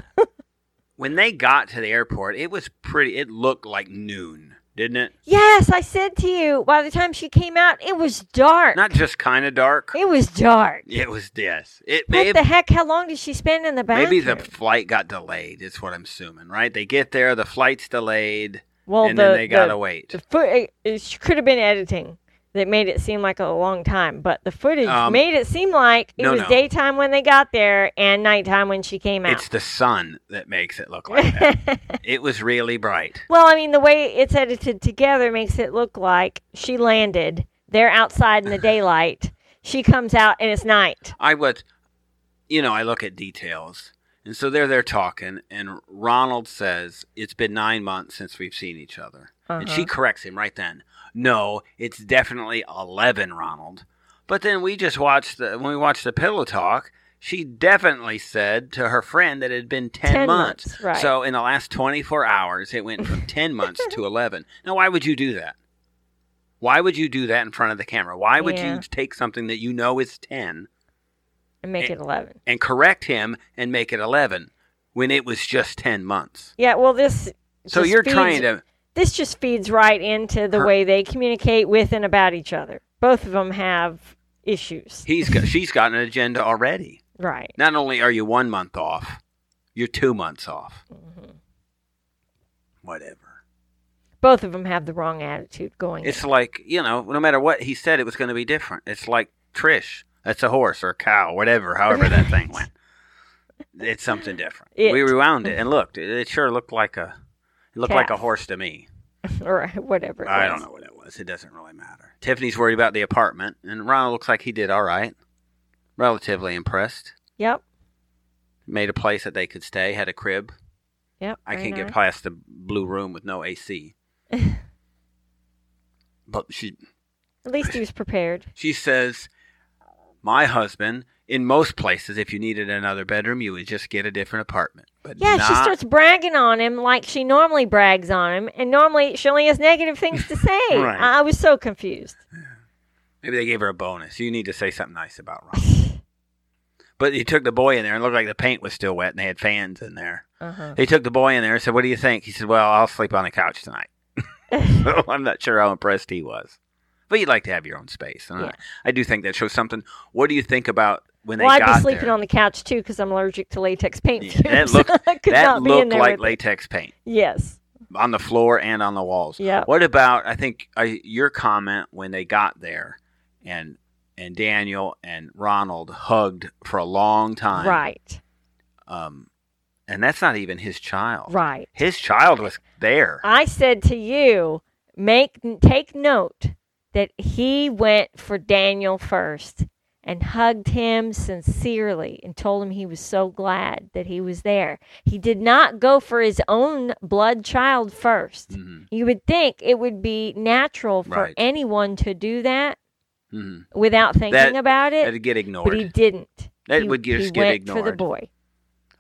Speaker 1: When they got to the airport, it was pretty, it looked like noon, didn't it?
Speaker 2: Yes, I said to you. By the time she came out, it was dark.
Speaker 1: Not just kind of dark.
Speaker 2: it was dark.
Speaker 1: It was this. It
Speaker 2: What
Speaker 1: may have
Speaker 2: the heck? How long did she spend in the bathroom?
Speaker 1: Maybe the flight got delayed. Is what I'm assuming, right? They get there, the flight's delayed,
Speaker 2: well,
Speaker 1: and then
Speaker 2: the-
Speaker 1: they gotta
Speaker 2: the-
Speaker 1: wait.
Speaker 2: The foot it sh- could have been editing that made it seem like a long time, but the footage
Speaker 1: Um,
Speaker 2: made it seem like it
Speaker 1: no,
Speaker 2: was
Speaker 1: no.
Speaker 2: daytime when they got there and nighttime when she came
Speaker 1: It's
Speaker 2: out.
Speaker 1: the sun that makes it look like that. it was really bright.
Speaker 2: Well, I mean, the way it's edited together makes it look like she landed. They're outside in the daylight. She comes out and it's night.
Speaker 1: I was, you know, I look at details, And so they're there talking, and Ronald says, It's been nine months since we've seen each other. And
Speaker 2: Uh-huh.
Speaker 1: she corrects him right then. No, it's definitely 11, Ronald. But then we just watched the, when we watched the pillow talk, she definitely said to her friend that it had been 10,
Speaker 2: 10
Speaker 1: months.
Speaker 2: months, right.
Speaker 1: So in the last 24 hours, it went from 10 months to 11. Now, why would you do that? Why would you do that in front of the camera? Why would
Speaker 2: Yeah.
Speaker 1: you take something that you know is 10
Speaker 2: and make it 11.
Speaker 1: and correct him and make it 11 when it was just 10 months?
Speaker 2: Yeah, well, this.
Speaker 1: So
Speaker 2: just
Speaker 1: you're
Speaker 2: feeds-
Speaker 1: trying to
Speaker 2: This just feeds right into the
Speaker 1: Her-
Speaker 2: way they communicate with and about each other. Both of them have issues.
Speaker 1: he's got she's got an agenda already.
Speaker 2: Right.
Speaker 1: Not only are you 1 month off, you're 2 months off. Whatever.
Speaker 2: Both of them have the wrong attitude going.
Speaker 1: It's like, you know, no matter what he said, it was going to be different. It's like Trish. That's a horse or a cow, whatever, however that thing went. It's something different.
Speaker 2: It.
Speaker 1: We rewound it and looked. It, it sure looked like a it looked like a
Speaker 2: Calf.
Speaker 1: horse to me.
Speaker 2: in. or whatever. it
Speaker 1: I
Speaker 2: was.
Speaker 1: don't know what it was. It doesn't really matter. Tiffany's worried about the apartment, and Ronald looks like he did all right. Relatively impressed.
Speaker 2: Yep.
Speaker 1: Made a place that they could stay, had a crib.
Speaker 2: Yep.
Speaker 1: I
Speaker 2: very
Speaker 1: can't get
Speaker 2: nice.
Speaker 1: past the blue room with no AC. but she
Speaker 2: At least he was prepared.
Speaker 1: She says, My husband, in most places, if you needed another bedroom, you would just get a different apartment. But
Speaker 2: Yeah,
Speaker 1: not,
Speaker 2: she starts bragging on him like she normally brags on him, and normally she only has negative things to say.
Speaker 1: Right.
Speaker 2: I I was so confused.
Speaker 1: Maybe they gave her a bonus. You need to say something nice about Ron. but he took the boy in there and it looked like the paint was still wet and they had fans in there.
Speaker 2: Uh-huh.
Speaker 1: He took the boy in there and said, What do you think? He said, Well, I'll sleep on the couch tonight. so I'm not sure how impressed he was. But you'd like to have your own space. And I-
Speaker 2: Yeah.
Speaker 1: I, do think that shows something. What do you think about when they
Speaker 2: Well, I'd
Speaker 1: got
Speaker 2: be sleeping
Speaker 1: there?
Speaker 2: on the couch too because I'm allergic to latex paint
Speaker 1: Yeah,
Speaker 2: fumes.
Speaker 1: that looked,
Speaker 2: I could
Speaker 1: that
Speaker 2: not be in
Speaker 1: looked
Speaker 2: there
Speaker 1: like
Speaker 2: with it.
Speaker 1: latex paint.
Speaker 2: Yes.
Speaker 1: on the floor and on the walls.
Speaker 2: Yeah.
Speaker 1: What about I think I, your comment when they got there, and and Daniel and Ronald hugged for a long time.
Speaker 2: Right.
Speaker 1: Um, and that's not even his child.
Speaker 2: Right.
Speaker 1: His child was there.
Speaker 2: I said to you, make take note that he went for Daniel first and hugged him sincerely and told him he was so glad that he was there. He did not go for his own blood child 1st
Speaker 1: Mhm.
Speaker 2: You would think it would be natural for
Speaker 1: Right.
Speaker 2: anyone to do that
Speaker 1: Mhm.
Speaker 2: without thinking
Speaker 1: That-
Speaker 2: about it,
Speaker 1: That'd get
Speaker 2: but he
Speaker 1: ignored.
Speaker 2: didn't.
Speaker 1: That
Speaker 2: he,
Speaker 1: would just
Speaker 2: he
Speaker 1: get
Speaker 2: went for the
Speaker 1: ignored.
Speaker 2: boy.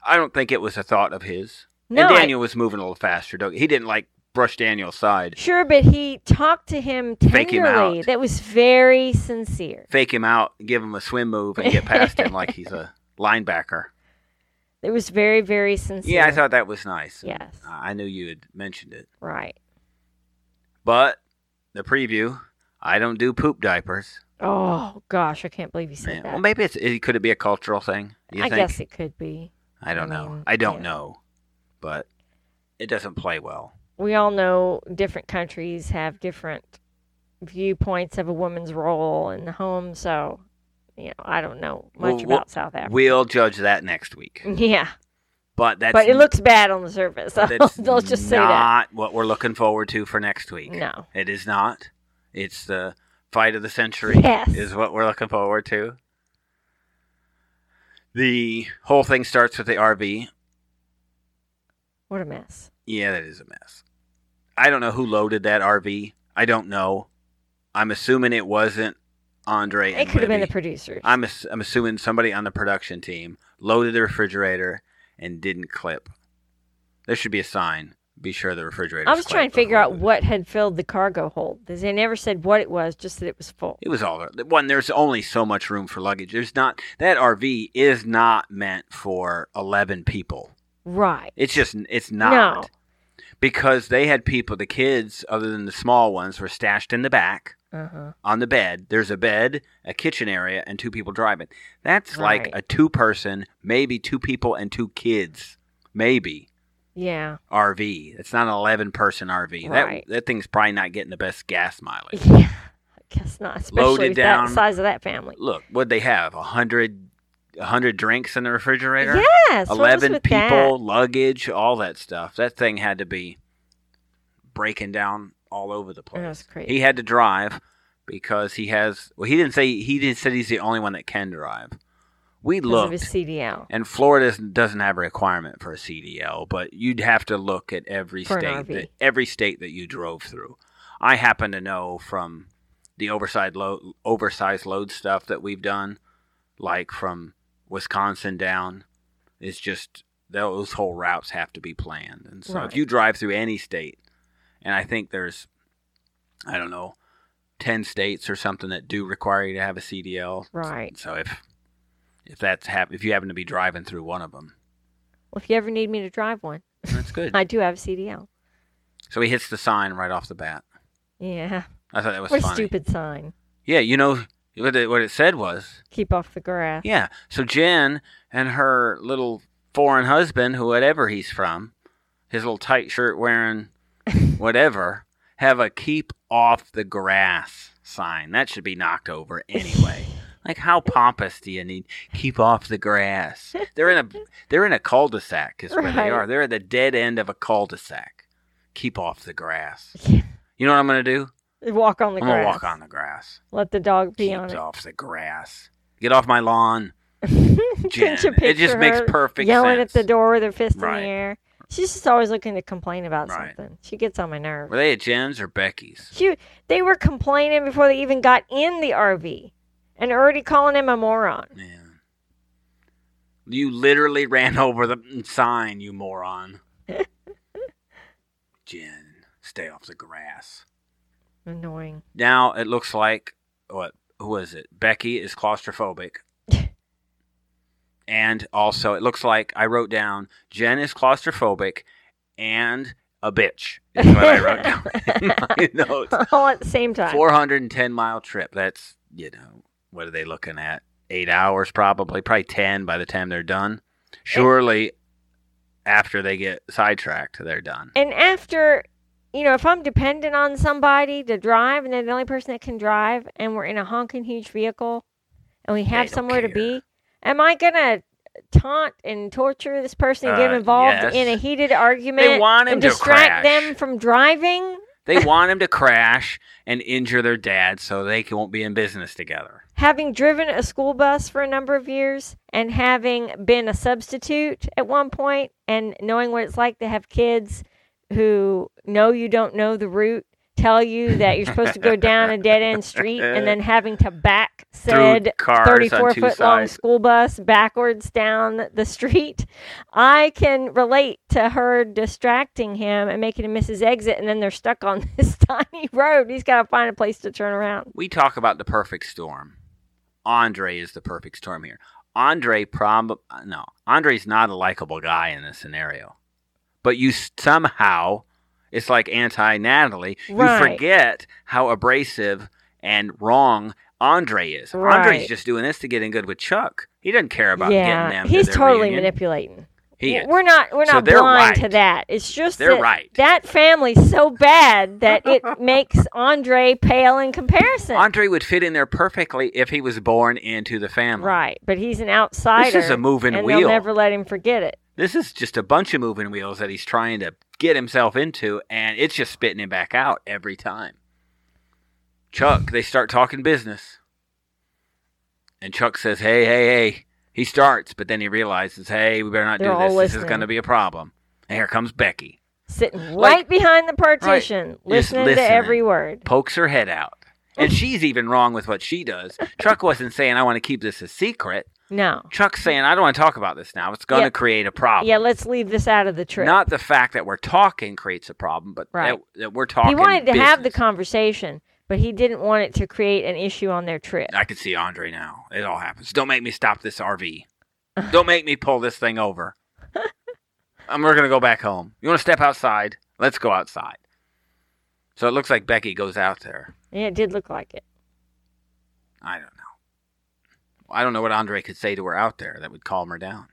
Speaker 1: I don't think it was a thought of his.
Speaker 2: No,
Speaker 1: and
Speaker 2: I-
Speaker 1: Daniel was moving a little faster. Don't, he didn't like brush Daniel aside,
Speaker 2: Sure, but he talked to him
Speaker 1: Fake him
Speaker 2: tenderly.
Speaker 1: out.
Speaker 2: That was very sincere.
Speaker 1: fake him out, give him a swim move, and get past him like he's a linebacker.
Speaker 2: It was very, very sincere.
Speaker 1: Yeah, I thought that was nice. and
Speaker 2: Yes.
Speaker 1: I I knew you had mentioned it.
Speaker 2: Right.
Speaker 1: But the preview, I don't do poop diapers.
Speaker 2: Oh gosh, I can't believe you said
Speaker 1: Man,
Speaker 2: that.
Speaker 1: well, maybe it's it, could it be a cultural thing? You
Speaker 2: I
Speaker 1: think?
Speaker 2: guess it could be.
Speaker 1: I don't
Speaker 2: I
Speaker 1: know.
Speaker 2: mean,
Speaker 1: I don't
Speaker 2: yeah.
Speaker 1: know, but it doesn't play well.
Speaker 2: We all know different countries have different viewpoints of a woman's role in the home, so you know, I don't know much
Speaker 1: Well, we'll-
Speaker 2: about South Africa.
Speaker 1: We'll judge that next week.
Speaker 2: yeah.
Speaker 1: But that's
Speaker 2: But it looks bad on the surface.
Speaker 1: that's
Speaker 2: Let's just say that.
Speaker 1: not what we're looking forward to for next week.
Speaker 2: No.
Speaker 1: it is not. It's the fight of the century.
Speaker 2: Yes.
Speaker 1: is what we're looking forward to. The whole thing starts with the RV.
Speaker 2: What a mess.
Speaker 1: Yeah, that is a mess. I don't know who loaded that RV. I don't know. I'm assuming it wasn't Andre.
Speaker 2: It could have been the
Speaker 1: producer.
Speaker 2: producers.
Speaker 1: I'm, ass- I'm assuming somebody on the production team loaded the refrigerator and didn't clip. There should be a sign. Be sure the refrigerator.
Speaker 2: I was trying to figure out what had filled the cargo hold. 'cause They never said what it was, just that it was full.
Speaker 1: It was all there. One, there's only so much room for luggage. There's not that RV is not meant for 11 people.
Speaker 2: Right.
Speaker 1: It's just it's not.
Speaker 2: No.
Speaker 1: Because they had people, the kids, other than the small ones, were stashed in the back
Speaker 2: Uh huh.
Speaker 1: on the bed. There's a bed, a kitchen area, and two people driving. That's like
Speaker 2: Right.
Speaker 1: a two person, maybe two people and two kids, maybe
Speaker 2: Yeah.
Speaker 1: RV. It's not an 11 person RV.
Speaker 2: Right.
Speaker 1: That, that thing's probably not getting the best gas mileage.
Speaker 2: Yeah, I guess not. Especially
Speaker 1: Loaded
Speaker 2: with
Speaker 1: down.
Speaker 2: that size of that family.
Speaker 1: Look, what'd they have? 100, 100 drinks in the refrigerator?
Speaker 2: Yes, what was
Speaker 1: 11
Speaker 2: with
Speaker 1: people,
Speaker 2: that?
Speaker 1: luggage, all that stuff. That thing had to be breaking down all over the place.
Speaker 2: That was crazy.
Speaker 1: He had to drive because he has well he didn't say he didn't say he's the only one that can drive. We
Speaker 2: because of his
Speaker 1: looked,
Speaker 2: CDL
Speaker 1: and Florida doesn't- doesn't have a requirement for a CDL, but you'd have to look at every
Speaker 2: For an
Speaker 1: state,
Speaker 2: RV.
Speaker 1: that, every state that you drove through. I happen to know from the oversized load, oversized load stuff that we've done, like from Wisconsin down, it's just those whole routes have to be planned. And so
Speaker 2: Right.
Speaker 1: if you drive through any state, and I think there's, I don't know, 10 states or something that do require you to have a CDL.
Speaker 2: Right.
Speaker 1: So if if that's hap- if you happen to be driving through one of them,
Speaker 2: Well, if you ever need me to drive one,
Speaker 1: that's good.
Speaker 2: I do have a CDL.
Speaker 1: so he hits the sign right off the bat.
Speaker 2: Yeah.
Speaker 1: I thought that was
Speaker 2: What a
Speaker 1: funny.
Speaker 2: stupid sign.
Speaker 1: Yeah, you know what it, what it said was,
Speaker 2: Keep off the grass.
Speaker 1: yeah. So Jen and her little foreign husband, whoever he's from, his little tight shirt wearing whatever, have a keep off the grass sign. That should be knocked over anyway. like how pompous do you need keep off the grass? They're in a they're in a cul-de-sac is where
Speaker 2: Right.
Speaker 1: they are. They're at the dead end of a cul-de-sac. Keep off the grass.
Speaker 2: Yeah.
Speaker 1: You know what I'm gonna do?
Speaker 2: Walk on the
Speaker 1: I'm
Speaker 2: grass.
Speaker 1: gonna walk on the grass.
Speaker 2: Let the dog pee
Speaker 1: Keep
Speaker 2: on it.
Speaker 1: off the grass. Get off my lawn. Jen.
Speaker 2: Couldn't you
Speaker 1: It just
Speaker 2: picture
Speaker 1: makes
Speaker 2: her
Speaker 1: perfect
Speaker 2: yelling
Speaker 1: sense.
Speaker 2: at the door with her fist
Speaker 1: Right.
Speaker 2: in the air. She's just always looking to complain about
Speaker 1: Right.
Speaker 2: something. She gets on my nerve.
Speaker 1: Were they at Jen's or Becky's?
Speaker 2: She, they were complaining before they even got in the RV and already calling him a moron.
Speaker 1: Yeah. You literally ran over the sign, you moron. Jen, stay off the grass.
Speaker 2: Annoying.
Speaker 1: Now it looks like what? Who is it? Becky is claustrophobic. and also, it looks like I wrote down Jen is claustrophobic and a bitch. Is what I wrote down in my notes.
Speaker 2: All at the same time.
Speaker 1: 410 mile trip. That's, you know, what are they looking at? Eight hours probably, probably 10 by the time they're done. Surely after they get sidetracked, they're done.
Speaker 2: And after, you know, if I'm dependent on somebody to drive and they're the only person that can drive and we're in a honking huge vehicle and we have
Speaker 1: don't
Speaker 2: somewhere to
Speaker 1: care.
Speaker 2: be, am I going to taunt and torture this person and get
Speaker 1: Uh,
Speaker 2: involved
Speaker 1: yes.
Speaker 2: in a heated argument
Speaker 1: want him
Speaker 2: and
Speaker 1: to crash.
Speaker 2: distract them from driving?
Speaker 1: They want him to crash and injure their dad so they can- won't be in business together.
Speaker 2: Having driven a school bus for a number of years and having been a substitute at one point and knowing what it's like to have kids who know you don't know the route tell you that you're supposed to go down a dead end street and then having to back said
Speaker 1: Through cars on
Speaker 2: 34
Speaker 1: two
Speaker 2: foot long
Speaker 1: sides.
Speaker 2: school bus backwards down the street. I can relate to her distracting him and making him miss his exit, and then they're stuck on this tiny road. He's got to find a place to turn around.
Speaker 1: We talk about the perfect storm. Andre is the perfect storm here. Andre prob no, Andre's not a likable guy in this scenario. But you s- somehow it's like anti Natalie.
Speaker 2: Right.
Speaker 1: You forget how abrasive and wrong Andre is. Andre's
Speaker 2: Right.
Speaker 1: just doing this to get in good with Chuck. He doesn't care about getting
Speaker 2: yeah,
Speaker 1: them.
Speaker 2: he's
Speaker 1: to their
Speaker 2: totally
Speaker 1: reunion.
Speaker 2: manipulating.
Speaker 1: He is.
Speaker 2: We're not we're
Speaker 1: So
Speaker 2: not
Speaker 1: they're
Speaker 2: blind to
Speaker 1: right.
Speaker 2: that. It's just
Speaker 1: They're
Speaker 2: that
Speaker 1: right.
Speaker 2: that family's so bad that it makes Andre pale in comparison.
Speaker 1: Andre would fit in there perfectly if he was born into the family.
Speaker 2: right, but he's an outsider.
Speaker 1: a moving
Speaker 2: and
Speaker 1: wheel.
Speaker 2: They'll never let him forget it.
Speaker 1: This is just a bunch of moving wheels that he's trying to get himself into, and it's just spitting him back out every time. Chuck, they start talking business. And Chuck says, Hey, hey, hey. He starts, but then he realizes, Hey, we better not
Speaker 2: They're
Speaker 1: do
Speaker 2: all
Speaker 1: this. This is
Speaker 2: listening.
Speaker 1: going to be a problem. And here comes Becky,
Speaker 2: Sitting right behind the partition, listening
Speaker 1: listening.
Speaker 2: to every word.
Speaker 1: pokes her head out. And she's even wrong with what she does. Chuck wasn't saying, I want to keep this a secret.
Speaker 2: No.
Speaker 1: Chuck's saying, I don't want to talk about this now. It's going
Speaker 2: Yeah.
Speaker 1: to create a problem.
Speaker 2: Yeah, let's leave this out of the trip.
Speaker 1: Not the fact that we're talking creates a problem, but
Speaker 2: Right.
Speaker 1: that, that we're talking.
Speaker 2: he wanted to have the
Speaker 1: business.
Speaker 2: conversation, but he didn't want it to create an issue on their trip.
Speaker 1: I can see Andre now. It all happens. Don't make me stop this RV. Don't make me pull this thing over. I'm, we're gonna go back home. You want to step outside? Let's go outside. So it looks like Becky goes out there.
Speaker 2: Yeah, it did look like it.
Speaker 1: I don't know. I don't know what Andre could say to her out there that would calm her down.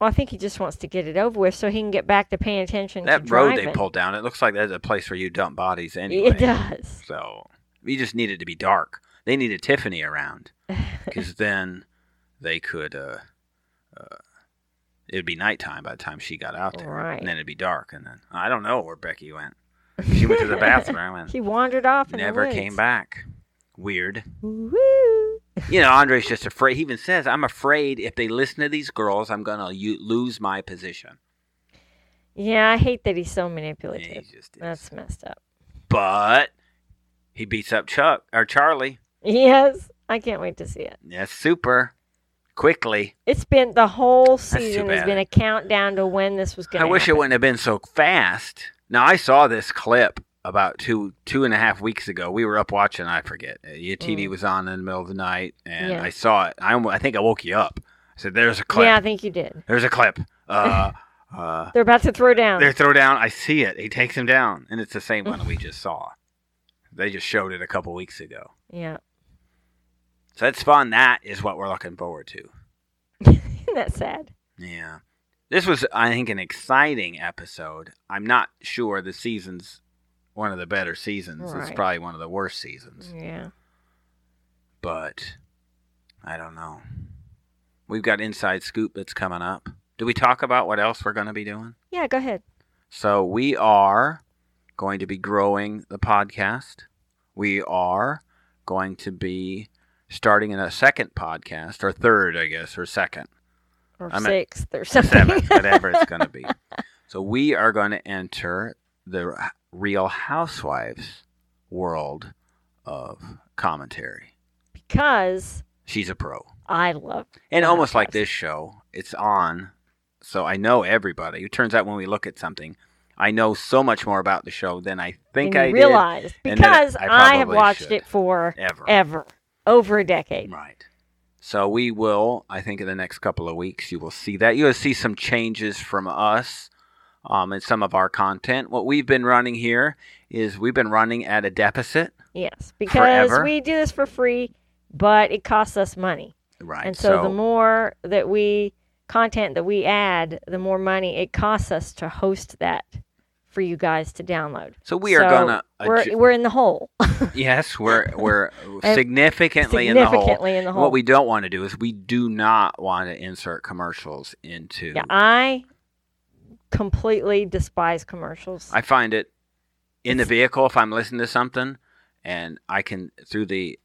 Speaker 2: Well, I think he just wants to get it over with so he can get back to paying attention
Speaker 1: That
Speaker 2: to
Speaker 1: road
Speaker 2: driving.
Speaker 1: they pulled down. It looks like that's a place where you dump bodies anyway.
Speaker 2: It does.
Speaker 1: So we just needed to be dark. They needed Tiffany around because then they could. Uh, uh, it'd be nighttime by the time she got out there,
Speaker 2: Right.
Speaker 1: and then it'd be dark. And then I don't know where Becky went. She went to the bathroom and
Speaker 2: He wandered off and
Speaker 1: never came back. Weird.
Speaker 2: Woo!
Speaker 1: you know, Andre's just afraid. He even says, "I'm afraid if they listen to these girls, I'm gonna u- lose my position."
Speaker 2: Yeah, I hate that he's so
Speaker 1: Yeah,
Speaker 2: manipulative.
Speaker 1: he just is.
Speaker 2: That's messed up.
Speaker 1: But he beats up Chuck or Charlie.
Speaker 2: Yes, I can't wait to see it.
Speaker 1: That's super quickly.
Speaker 2: It's been the whole
Speaker 1: too
Speaker 2: season has
Speaker 1: bad.
Speaker 2: been a countdown to when this was going
Speaker 1: I
Speaker 2: to
Speaker 1: wish it wouldn't have been so fast. Now I saw this clip about two two and a half weeks ago. We were up watching. I forget. Uh, Your TV
Speaker 2: Mm.
Speaker 1: was on in the middle of the night, and
Speaker 2: Yeah.
Speaker 1: I saw it. I, I think I woke you up. I said, "There's a clip.
Speaker 2: Yeah, I think you did.
Speaker 1: There's a clip." Uh, uh,
Speaker 2: They're about to throw down.
Speaker 1: They throw down. I see it. He takes him down, and it's the same one we just saw. They just showed it a couple weeks ago.
Speaker 2: Yeah.
Speaker 1: So that's fun. That is what we're looking forward to.
Speaker 2: Isn't that sad?
Speaker 1: Yeah, this was, I think, an exciting episode. I'm not sure the season's one of the better seasons. It's
Speaker 2: Right. Mm.
Speaker 1: probably one of the worst seasons,
Speaker 2: Yeah.
Speaker 1: but I don't know. We've got inside scoop that's coming up. Do we talk about what else we're going to be doing?
Speaker 2: Yeah, go ahead.
Speaker 1: So we are going to be growing the podcast. We are going to be starting a second podcast, or third, I guess, or second,
Speaker 2: Or
Speaker 1: I'm at
Speaker 2: sixth or
Speaker 1: or
Speaker 2: something.
Speaker 1: seventh, whatever it's going to be. So we are going to enter the r- Real Housewives world of commentary.
Speaker 2: because
Speaker 1: She's a pro.
Speaker 2: I love
Speaker 1: And
Speaker 2: The
Speaker 1: almost like
Speaker 2: Housewives.
Speaker 1: this show, it's on, so I know everybody. It turns out when we look at something, I know so much more about the show than I think
Speaker 2: and
Speaker 1: I
Speaker 2: you
Speaker 1: did
Speaker 2: realize
Speaker 1: and then
Speaker 2: because
Speaker 1: I
Speaker 2: I, have
Speaker 1: probably
Speaker 2: watched
Speaker 1: should.
Speaker 2: it for
Speaker 1: ever.
Speaker 2: ever over a decade.
Speaker 1: Right. So we will, I think, in the next couple of weeks, you will see that. You'll see some changes from us um, in some of our content. What we've been running here is we've been running at a deficit.
Speaker 2: Yes, because
Speaker 1: Forever.
Speaker 2: we do this for free, but it costs us money.
Speaker 1: Right.
Speaker 2: and so, the more that we content that we add, the more money it costs us to host that for you guys to download.
Speaker 1: so we are
Speaker 2: so
Speaker 1: going to.
Speaker 2: we're we're in the hole.
Speaker 1: yes, we're, we're
Speaker 2: And
Speaker 1: significantly, in the hole.
Speaker 2: Significantly in the hole.
Speaker 1: What we don't want to do is we do not want to insert commercials into.
Speaker 2: yeah, I completely despise commercials.
Speaker 1: I find it in the vehicle if I'm listening to something, and I can through the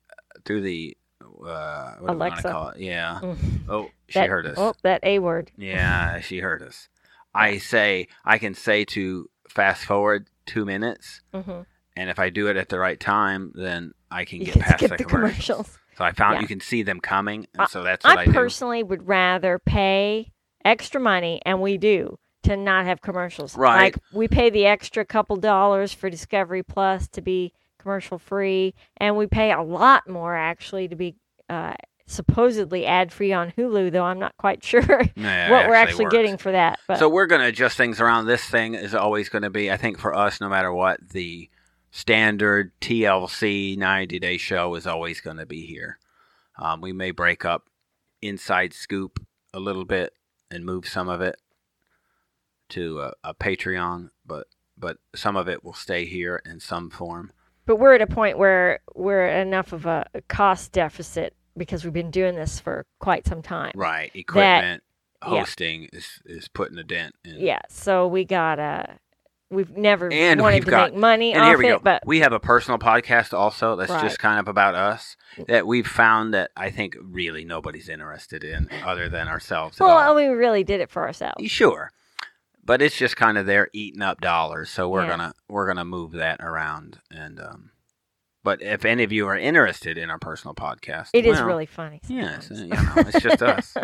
Speaker 1: through the uh, what do we want
Speaker 2: Alexa.
Speaker 1: to call it? Yeah.
Speaker 2: Mm.
Speaker 1: Oh, she
Speaker 2: That-
Speaker 1: heard us.
Speaker 2: Oh, that A word.
Speaker 1: Yeah, she heard us. I say I can say to fast forward two minutes,
Speaker 2: Mhm.
Speaker 1: and if I do it at the right time, then I can
Speaker 2: You
Speaker 1: get
Speaker 2: can
Speaker 1: past
Speaker 2: skip
Speaker 1: the,
Speaker 2: the
Speaker 1: commercials.
Speaker 2: commercials.
Speaker 1: So I found
Speaker 2: Yeah.
Speaker 1: you can see them coming, and so that's what I,
Speaker 2: I
Speaker 1: do.
Speaker 2: personally would rather pay extra money, and we do, to not have commercials.
Speaker 1: Right.
Speaker 2: Like we pay the extra couple dollars for Discovery Plus to be commercial free, and we pay a lot more actually to be uh, supposedly ad free on Hulu. Though I'm not quite sure what
Speaker 1: Yeah, it
Speaker 2: we're actually
Speaker 1: works.
Speaker 2: getting for that. But
Speaker 1: So we're going to adjust things around. This thing is always going to be, I think, for us, no matter what, the standard TLC 90 day show is always going to be here. Um, we may break up Inside Scoop a little bit and move some of it to a, a Patreon, but but some of it will stay here in some form.
Speaker 2: but we're at a point where we're at enough of a a cost deficit because we've been doing this for quite some time.
Speaker 1: Right. Equipment,
Speaker 2: yeah.
Speaker 1: hosting is, is putting a dent in.
Speaker 2: Yeah, so we gotta. We've never
Speaker 1: And
Speaker 2: wanted
Speaker 1: we've
Speaker 2: to
Speaker 1: got-
Speaker 2: make money
Speaker 1: and
Speaker 2: off
Speaker 1: here we
Speaker 2: it,
Speaker 1: go.
Speaker 2: but
Speaker 1: we have a personal podcast also that's
Speaker 2: Right.
Speaker 1: just kind of about us that we've found that I think really nobody's interested in other than ourselves. at
Speaker 2: well, uh,
Speaker 1: all.
Speaker 2: we really did it for ourselves.
Speaker 1: sure, but it's just kind of there eating up dollars. So we're
Speaker 2: Yeah.
Speaker 1: gonna we're gonna move that around and um. But if any of you are interested in our personal podcast,
Speaker 2: It is
Speaker 1: well,
Speaker 2: really funny.
Speaker 1: yes,
Speaker 2: sometimes.
Speaker 1: you know, it's just us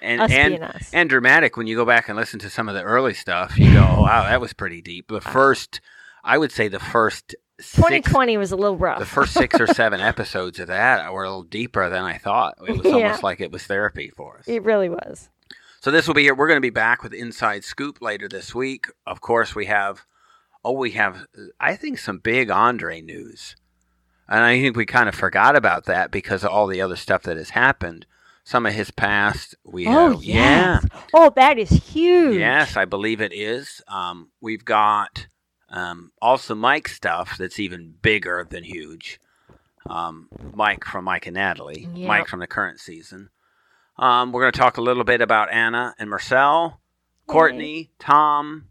Speaker 1: and
Speaker 2: us
Speaker 1: and
Speaker 2: being us.
Speaker 1: and dramatic when you go back and listen to some of the early stuff you go oh, wow that was pretty deep the first i would say the first six,
Speaker 2: 2020 was a little rough.
Speaker 1: the first six or seven episodes of that were a little deeper than i thought it was
Speaker 2: Yeah.
Speaker 1: almost like it was therapy for us
Speaker 2: it really was.
Speaker 1: so this will be here we're going to be back with inside scoop later this week of course we have oh we have uh, i think some big andre news and i think we kind of forgot about that because of all the other stuff that has happened some of his past we
Speaker 2: Oh
Speaker 1: have yeah
Speaker 2: yes. Oh, that is huge.
Speaker 1: Yes, I believe it is. Um, we've got um, also Mike stuff that's even bigger than huge. Um, Mike from Mike and Natalie,
Speaker 2: Yep.
Speaker 1: Mike from the current season. Um, we're going to talk a little bit about Anna and Marcel, Courtney, Tom,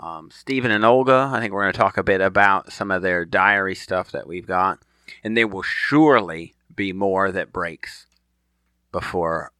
Speaker 1: um, Stephen and Olga. I think we're going to talk a bit about some of their diary stuff that we've got. And there will surely be more that breaks before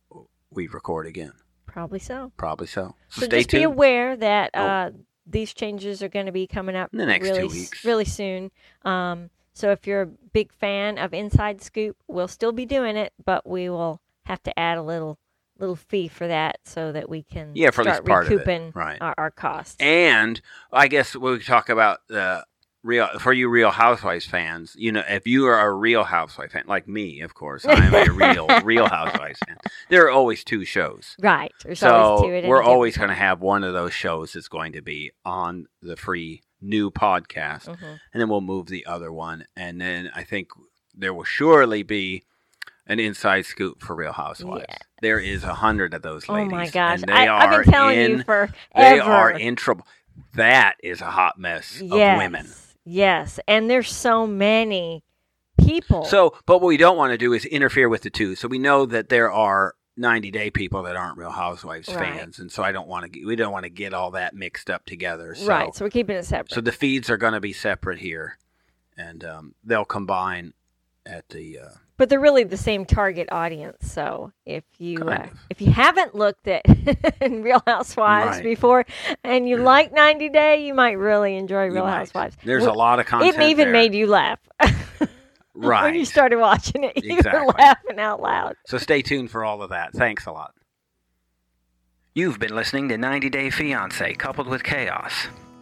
Speaker 1: we record again.
Speaker 2: Probably so.
Speaker 1: Probably so. So,
Speaker 2: So
Speaker 1: stay
Speaker 2: just be
Speaker 1: tuned.
Speaker 2: aware that
Speaker 1: Oh.
Speaker 2: uh, these changes are going to be coming up
Speaker 1: In the next two
Speaker 2: really, s-
Speaker 1: weeks.
Speaker 2: really soon. Um, so if you're a big fan of Inside Scoop, we'll still be doing it, but we will have to add a little little fee for that so that we can
Speaker 1: Yeah, for at least
Speaker 2: start
Speaker 1: part of it.
Speaker 2: recouping um,
Speaker 1: Right.
Speaker 2: our, our costs.
Speaker 1: and I guess we could talk about the real for you Real Housewives fans. You know, if you are a Real Housewives fan, like me, of course, I am a real Real Housewives fan. There are always two shows.
Speaker 2: right. There's always
Speaker 1: so
Speaker 2: two at any
Speaker 1: we're
Speaker 2: given
Speaker 1: always
Speaker 2: time.
Speaker 1: going to have one of those shows that's going to be on the free new podcast,
Speaker 2: Mhm.
Speaker 1: and then we'll move the other one. And then I think there will surely be an inside scoop for Real Housewives.
Speaker 2: Yes.
Speaker 1: There is a hundred of those
Speaker 2: Oh
Speaker 1: ladies.
Speaker 2: my gosh.
Speaker 1: and
Speaker 2: I,
Speaker 1: they
Speaker 2: I've
Speaker 1: are
Speaker 2: been telling
Speaker 1: in,
Speaker 2: you forever.
Speaker 1: They are in trouble. That is a hot mess
Speaker 2: yes.
Speaker 1: of women.
Speaker 2: Yes. And there's so many people.
Speaker 1: So, but what we don't want to do is interfere with the two. So we know that there are 90 Day people that aren't Real Housewives
Speaker 2: Right.
Speaker 1: fans, and so I don't want to. We don't want to get all that mixed up together. So,
Speaker 2: right. So we're keeping it separate.
Speaker 1: So the feeds are going to be separate here, and um, they'll combine at the. Uh,
Speaker 2: but they're really the same target audience. So if you
Speaker 1: Kind
Speaker 2: uh,
Speaker 1: of.
Speaker 2: if you haven't looked at Real Housewives
Speaker 1: Right.
Speaker 2: before and you like 90 Day, you might really enjoy Real
Speaker 1: you might-
Speaker 2: Housewives.
Speaker 1: There's a
Speaker 2: Well,
Speaker 1: lot of content.
Speaker 2: It even
Speaker 1: there.
Speaker 2: made you laugh
Speaker 1: right.
Speaker 2: when you started watching it. You
Speaker 1: Exactly.
Speaker 2: were laughing out loud.
Speaker 1: So stay tuned for all of that. Thanks a lot. You've been listening to 90 Day Fiancé Coupled with Chaos.